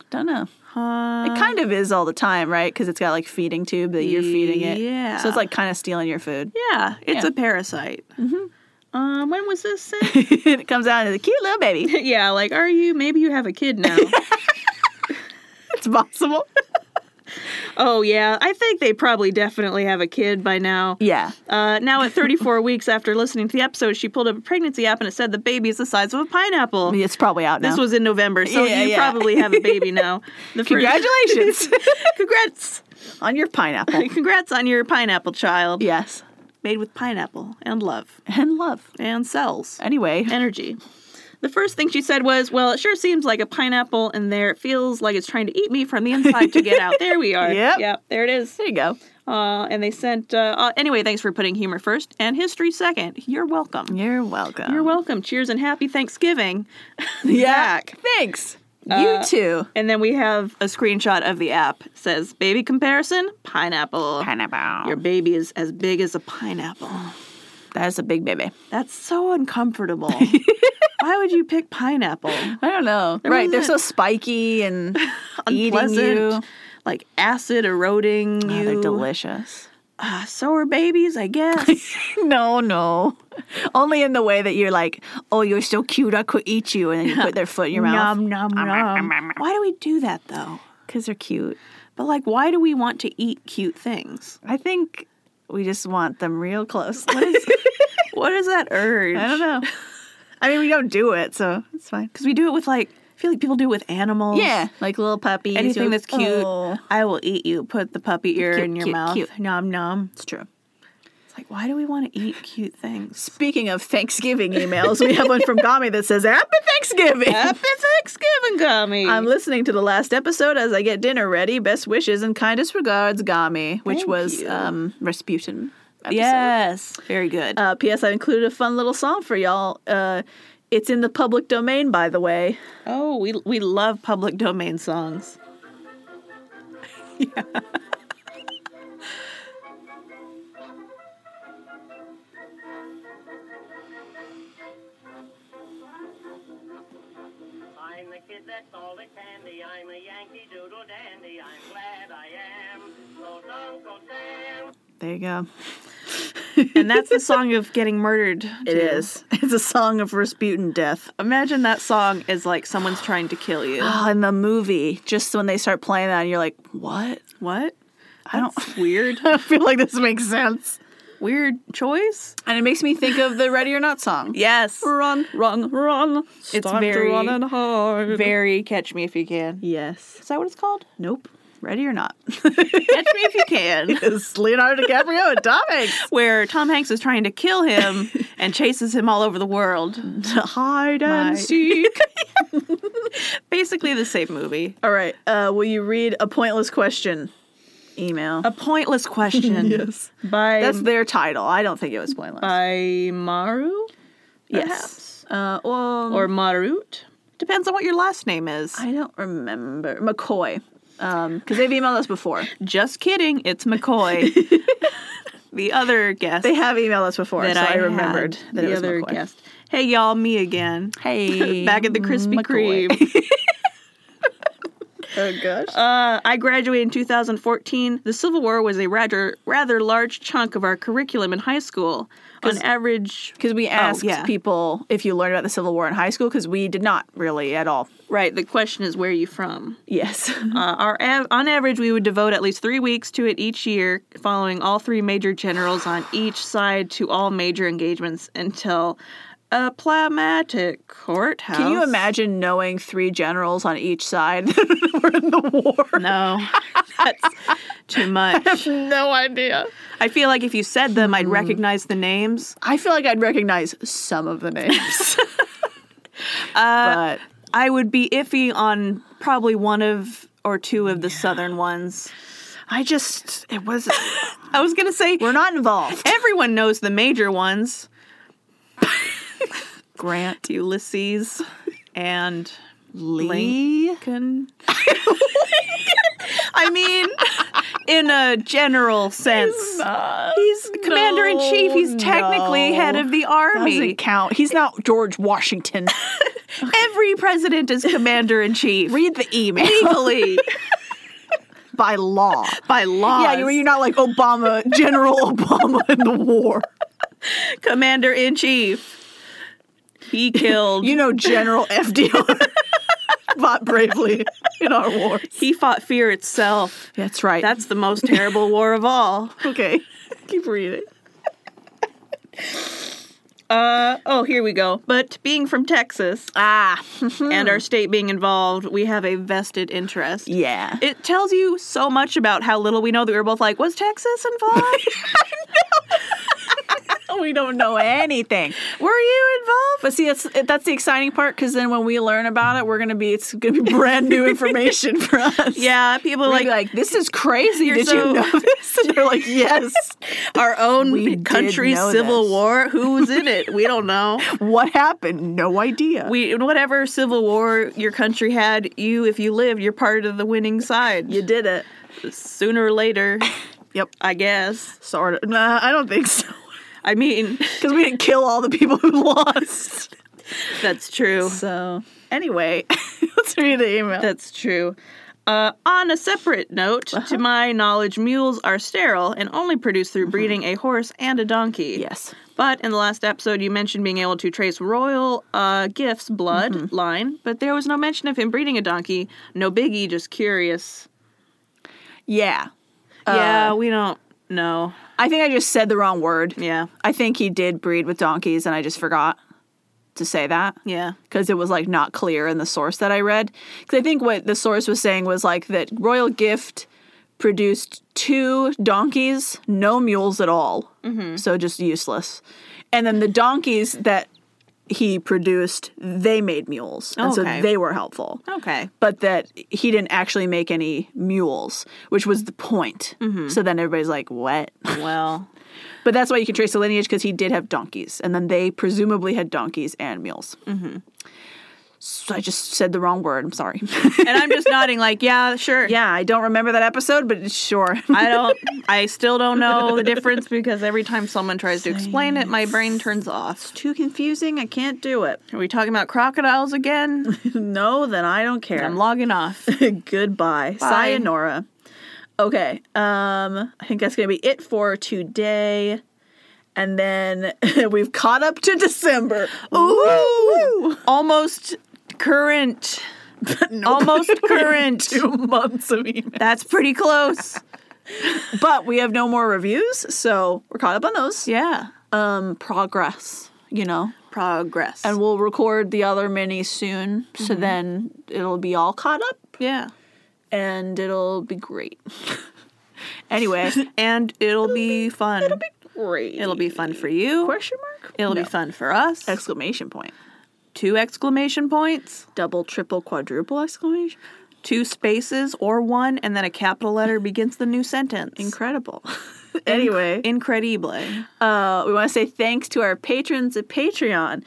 S1: Don't know.
S2: Huh?
S1: It kind of is all the time, right? Because it's got like feeding tube that you're feeding it.
S2: Yeah.
S1: So it's like kind of stealing your food. *laughs*
S2: yeah, it's
S1: Yeah. Mm-hmm.
S2: a parasite. Um, when was this sent?
S1: it comes out as a cute little baby.
S2: *laughs*
S1: *laughs*
S2: yeah, like, are you? Maybe you have a kid now. *laughs*
S1: It's possible.
S2: oh, yeah. I think they probably definitely have a kid by now.
S1: yeah.
S2: Uh, now, at
S1: *laughs*
S2: 34 weeks after listening to the episode, she pulled up a pregnancy app and it said the baby is the size of a pineapple.
S1: It's probably out now.
S2: This was in November, so
S1: Yeah,
S2: you
S1: yeah.
S2: probably have a baby
S1: *laughs*
S2: now. The fir-
S1: Congratulations
S2: congrats!
S1: on your
S2: *laughs*
S1: pineapple.
S2: Congrats on your pineapple child.
S1: Yes.
S2: Made with pineapple and love
S1: And love.
S2: and cells.
S1: Anyway.
S2: energy. The first thing she said was, Well, it sure seems like a pineapple in there. It feels like it's trying to eat me from the inside to get out. There
S1: *laughs*
S2: we are.
S1: Yep.
S2: Yep. There it is.
S1: there you go.
S2: Uh, and they sent, uh, uh, anyway, thanks for putting humor first and history second. You're welcome.
S1: You're welcome.
S2: You're welcome. Cheers and happy Thanksgiving.
S1: Yeah.
S2: Zach.
S1: Thanks.
S2: Uh,
S1: you too.
S2: And then we have a screenshot of the app. It says, Baby comparison, pineapple.
S1: Pineapple.
S2: Your baby is as big as a pineapple.
S1: that is a big baby.
S2: That's so
S1: *laughs*
S2: uncomfortable. Why would you pick pineapple?
S1: I don't know. right. They're so
S2: wasn't-
S1: spiky and eating
S2: unpleasant,
S1: you.
S2: like acid eroding
S1: Oh,
S2: you.
S1: they're delicious.
S2: Ah, so are babies, I
S1: *laughs*
S2: guess.
S1: No, no. Only in the way that you're like, oh, you're so cute, I could eat you. And then you put their foot in
S2: *laughs*
S1: your mouth.
S2: nom nom nom. Why do we do that though?
S1: Because they're cute.
S2: But like, why do we want to eat cute
S1: *laughs*
S2: things?
S1: I think we just want them real close. *laughs*
S2: What is that urge?
S1: I don't know. I mean, we don't do it, so it's fine.
S2: Because we do it with like, I feel like people do it with animals.
S1: Yeah, like little puppies.
S2: Anything
S1: you're-
S2: that's cute,
S1: Oh,
S2: I will eat you. Put the puppy ear
S1: Cute,
S2: in your
S1: cute,
S2: mouth.
S1: cute.
S2: Nom nom.
S1: it's true.
S2: It's like, why do we want to eat cute things?
S1: Speaking of Thanksgiving emails, we have one *laughs* from Gami that says, Happy Thanksgiving!
S2: Thanksgiving, Gummy.
S1: I'm listening to the last episode as I get dinner ready. Best wishes and kindest regards, Gami, which
S2: Thank
S1: was
S2: you.
S1: um, Rasputin. Episode.
S2: yes, very good.
S1: Uh, P.S. I included a fun little song for y'all. Uh, it's in the public domain, by the way.
S2: Oh, we we love public domain songs.
S5: I'm the kid that's all the candy. I'm a Yankee Doodle Dandy. I'm glad I am. So Uncle Sam.
S1: There you go.
S2: And that's
S1: *laughs*
S2: the song of getting murdered.
S1: It is. *laughs* It's a song of Rasputin death.
S2: Imagine that song is like someone's trying to kill you.
S1: *gasps* Oh, in the movie, just when they start playing that, and you're like, what?
S2: What?
S1: I don't.
S2: That's weird.
S1: *laughs* I feel like this makes sense.
S2: Weird choice.
S1: And it makes me think of the Ready or Not song.
S2: Yes.
S1: Run, run, run. It's
S2: very-
S1: hard.
S2: Very catch me if you can.
S1: yes.
S2: Is that what it's called?
S1: Nope. Ready or Not.
S2: *laughs* Catch me if you
S1: *laughs*
S2: can.
S1: it's Leonardo DiCaprio and Tom Hanks.
S2: Where Tom Hanks is trying to kill
S1: *laughs*
S2: him and chases him all over the world.
S1: Hide and
S2: My-
S1: seek.
S2: *laughs* Basically the same movie.
S1: *laughs* All right. Uh, will you read a pointless question email?
S2: A pointless question.
S1: yes.
S2: By
S1: That's their title. I don't think it was pointless.
S2: by Maru?
S1: yes. Uh, well,
S2: or Marut. Depends on what your last name is.
S1: I don't remember. McCoy. Because they've emailed us before.
S2: Just kidding, it's
S1: *laughs*
S2: McCoy. the other guest
S1: They have emailed us before,
S2: that
S1: so I,
S2: had,
S1: remembered that
S2: the
S1: it was
S2: other
S1: McCoy.
S2: guest. Hey y'all, me again.
S1: Hey.
S2: *laughs* Back at the Krispy
S1: McCoy. *laughs*
S2: Kreme.
S1: Oh, gosh.
S2: Uh, I graduated in 2014. The Civil War was a rather rather large chunk of our curriculum in high school. On average,
S1: Because we asked
S2: yeah.
S1: people if you learned about the Civil War in high school, because we did not really at all.
S2: right? The question is, where are you from?
S1: *laughs* Yes.
S2: Uh, our av- on average, we would devote at least three weeks to it each year, following all three major generals on each side to all major engagements until a climatic courthouse.
S1: Can you imagine knowing three generals on each side *laughs* that were in the war?
S2: No, *laughs* that's too
S1: *laughs*
S2: much.
S1: no idea. Hmm.
S2: I feel like if you said them, I'd recognize the names.
S1: I feel like I'd recognize some of the *laughs* names. but
S2: I would be iffy on probably one of or two of the southern ones.
S1: I just, it was,
S2: I was gonna say
S1: we're not involved.
S2: everyone knows the major ones:
S1: *laughs* Grant.
S2: Ulysses and Lee?
S1: Lincoln.
S2: *laughs* I mean, in a general sense. He's commander in chief. He's technically
S1: no.
S2: head of the army.
S1: Doesn't count. He's not George *laughs* Washington.
S2: Every president is commander in chief.
S1: Read the email
S2: Legally,
S1: by law.
S2: *laughs* by law.
S1: Yeah, you're, you're not like Obama, *laughs* General Obama in the war.
S2: commander in chief. *laughs* He killed.
S1: You know, General *laughs* FDR fought bravely in our wars.
S2: he fought fear itself.
S1: That's right.
S2: That's the most terrible war of all.
S1: okay. *laughs* Keep reading.
S2: Uh, oh, here we go. But being from Texas
S1: Ah,
S2: and our state being involved, we have a vested interest.
S1: yeah.
S2: It tells you so much about how little we know that we were both like, was Texas involved? *laughs*
S1: we don't know anything.
S2: were you involved?
S1: But see, that's that's the exciting part because then when we learn about it, we're gonna be it's gonna be brand new information for us.
S2: Yeah, people
S1: We're
S2: like,
S1: like, like this is crazy.
S2: You're
S1: Did
S2: so-
S1: you *laughs* know this? And they're like, yes.
S2: our
S1: We
S2: own
S1: did
S2: country's
S1: know
S2: civil
S1: this.
S2: war. Who was in it? We *laughs* don't know.
S1: what happened? No idea.
S2: We whatever civil war your country had, you if you lived, you're part of the winning side.
S1: you did it.
S2: Sooner or later,
S1: Yep.
S2: I guess.
S1: Sort of. Nah, I don't think so. *laughs*
S2: I mean, *laughs*
S1: Because we didn't kill all the people who *laughs* lost.
S2: that's true.
S1: So anyway, *laughs* let's read the email.
S2: That's true. Uh, on a separate note, to my knowledge, mules are sterile and only produced through breeding a horse and a donkey.
S1: yes.
S2: But in the last episode, you mentioned being able to trace royal uh, gifts bloodline, but there was no mention of him breeding a donkey. No biggie, just curious. Uh,
S1: Yeah. Uh,
S2: yeah, we don't know.
S1: I think I just said the wrong word.
S2: Yeah,
S1: I think he did breed with donkeys, and I just forgot to say that.
S2: yeah.
S1: because it was like not clear in the source that I read. Because I think what the source was saying was like that Royal Gift produced two donkeys, no mules at all, so just useless. And then the donkeys that he produced, they made mules, and
S2: Okay.
S1: so they were helpful.
S2: Okay.
S1: But that he didn't actually make any mules, which was the point. So then everybody's like, "What?"
S2: Well,
S1: But that's why you can trace the lineage because he did have donkeys, and then they presumably had donkeys and mules. Mm-hmm. So I just said the wrong word. I'm *laughs* sorry.
S2: and I'm just nodding like, yeah, sure.
S1: yeah, I don't remember that episode, but *laughs* sure.
S2: I don't. I still don't know the difference because every time someone tries to explain it, my brain turns off.
S1: Too confusing. I can't do it.
S2: Are we talking about crocodiles
S1: *laughs*
S2: again?
S1: No, then I don't care.
S2: I'm logging off.
S1: *laughs* Goodbye. Sayonara. Okay. Um, I think that's gonna be it for today. And then *laughs* we've caught up to December. Ooh,
S2: Almost current. *laughs* Almost current.
S1: two months of email.
S2: That's pretty close.
S1: but we have no more reviews, so we're caught up on those.
S2: Yeah.
S1: Um, progress, you know,
S2: Progress.
S1: and we'll record the other mini soon. So
S2: Mm-hmm.
S1: then it'll be all caught up,
S2: yeah.
S1: and it'll be great. *laughs*
S2: *laughs*
S1: anyway,
S2: And it'll be fun. It'll be,
S1: great.
S2: fun for you.
S1: question mark.
S2: It'll
S1: No.
S2: be fun for us.
S1: Exclamation point.
S2: Two exclamation points,
S1: Double, triple, quadruple exclamation.
S2: two spaces or one, and then a capital letter begins the new sentence.
S1: Incredible. *laughs* anyway,
S2: Incredible.
S1: Uh, we want to say thanks to our patrons at Patreon.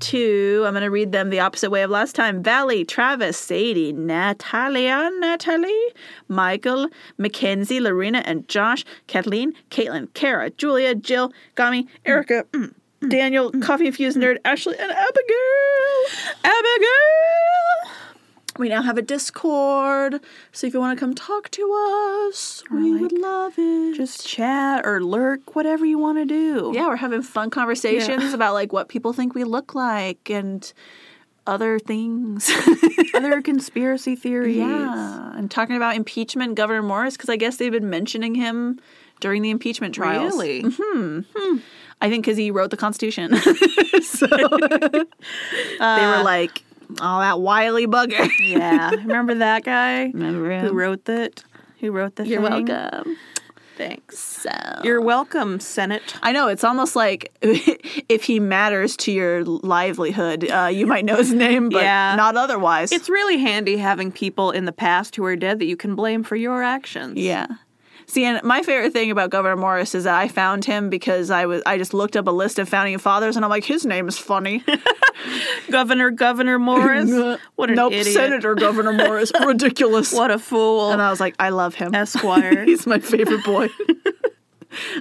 S1: To, I'm going to read them the opposite way of last time Valley, Travis, Sadie, Natalia, Natalie, Michael, Mackenzie, Lorena, and Josh, Kathleen, Caitlin, Kara, Julia, Jill, Gami, Erica, mm, Daniel, Coffee Infused Nerd, Ashley, and Abigail. Abigail! We now have a Discord, so if you want to come talk to us, we
S2: like,
S1: would love it.
S2: Just chat or lurk, whatever you want to do.
S1: Yeah, we're having fun conversations about like what people think we look like and other things.
S2: Other conspiracy theories.
S1: *laughs* yeah, and talking about impeachment, Governor Morris, because I guess they've been mentioning him during the impeachment trials.
S2: *laughs* Really?
S1: I think because he wrote the Constitution. *laughs* so uh, they were like, "Oh, that wily bugger."
S2: yeah. Remember that guy
S1: Remember
S2: who
S1: him?
S2: wrote that? Who wrote the
S1: You're
S2: thing?
S1: welcome.
S2: Thanks.
S1: So
S2: You're welcome, Senate.
S1: I know it's almost like *laughs* if he matters to your livelihood, uh, you might know his name, but
S2: Yeah.
S1: not otherwise.
S2: It's really handy having people in the past who are dead that you can blame for your actions.
S1: Yeah. See, and my favorite thing about Governor Morris is that I found him because I was I just looked up a list of founding fathers and I'm like, his name is
S2: *laughs*
S1: funny.
S2: Governor, Governor
S1: *laughs*
S2: Morris. What an
S1: nope,
S2: idiot. Um,
S1: Senator
S2: *laughs*
S1: Governor Morris, ridiculous.
S2: What a fool.
S1: And I was like, I love him.
S2: Esquire.
S1: *laughs* He's my favorite
S2: *laughs*
S1: boy.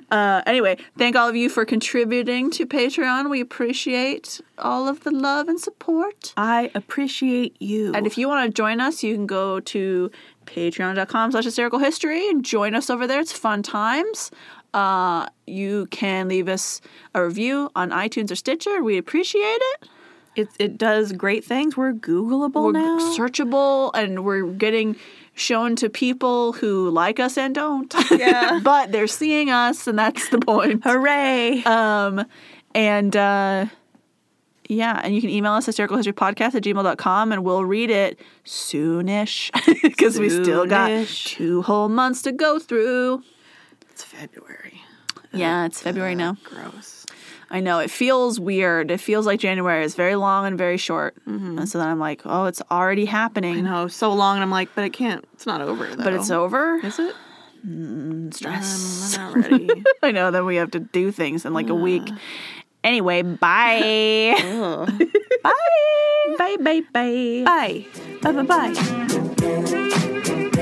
S1: uh, anyway, thank all of you for contributing to Patreon. We appreciate all of the love and support.
S2: I appreciate you.
S1: And if you want to join us, you can go to patreon.com slash hysterical history and join us over there. It's fun times. Uh, you can leave us a review on iTunes or Stitcher. We appreciate it.
S2: it, it does great things. We're Googleable
S1: We're
S2: now.
S1: searchable and we're getting shown to people who like us and don't.
S2: *laughs* Yeah.
S1: *laughs* but they're seeing us and that's the point.
S2: Hooray.
S1: Um, and uh, yeah, and you can email us hystericalhistorypodcast at gmail.com and we'll read it soonish *laughs* because we still got
S2: Soonish. Oh
S1: two whole months to go through.
S2: it's February.
S1: Yeah, it's February now.
S2: Gross.
S1: I know it feels weird. It feels like January is very long and very short. And so then I'm like, oh, it's already
S2: Mm-hmm. I
S1: happening,
S2: know, so long, and I'm like, but it can't. It's not over. Though.
S1: but it's over.
S2: Is it? Um,
S1: Stress.
S2: I'm not
S1: *laughs*
S2: ready.
S1: Um, I know. Then we have to do things in like a week. Anyway, *laughs* bye.
S2: Ugh.
S1: bye. Bye. Bye. Bye.
S2: bye. Bye. Bye. Bye.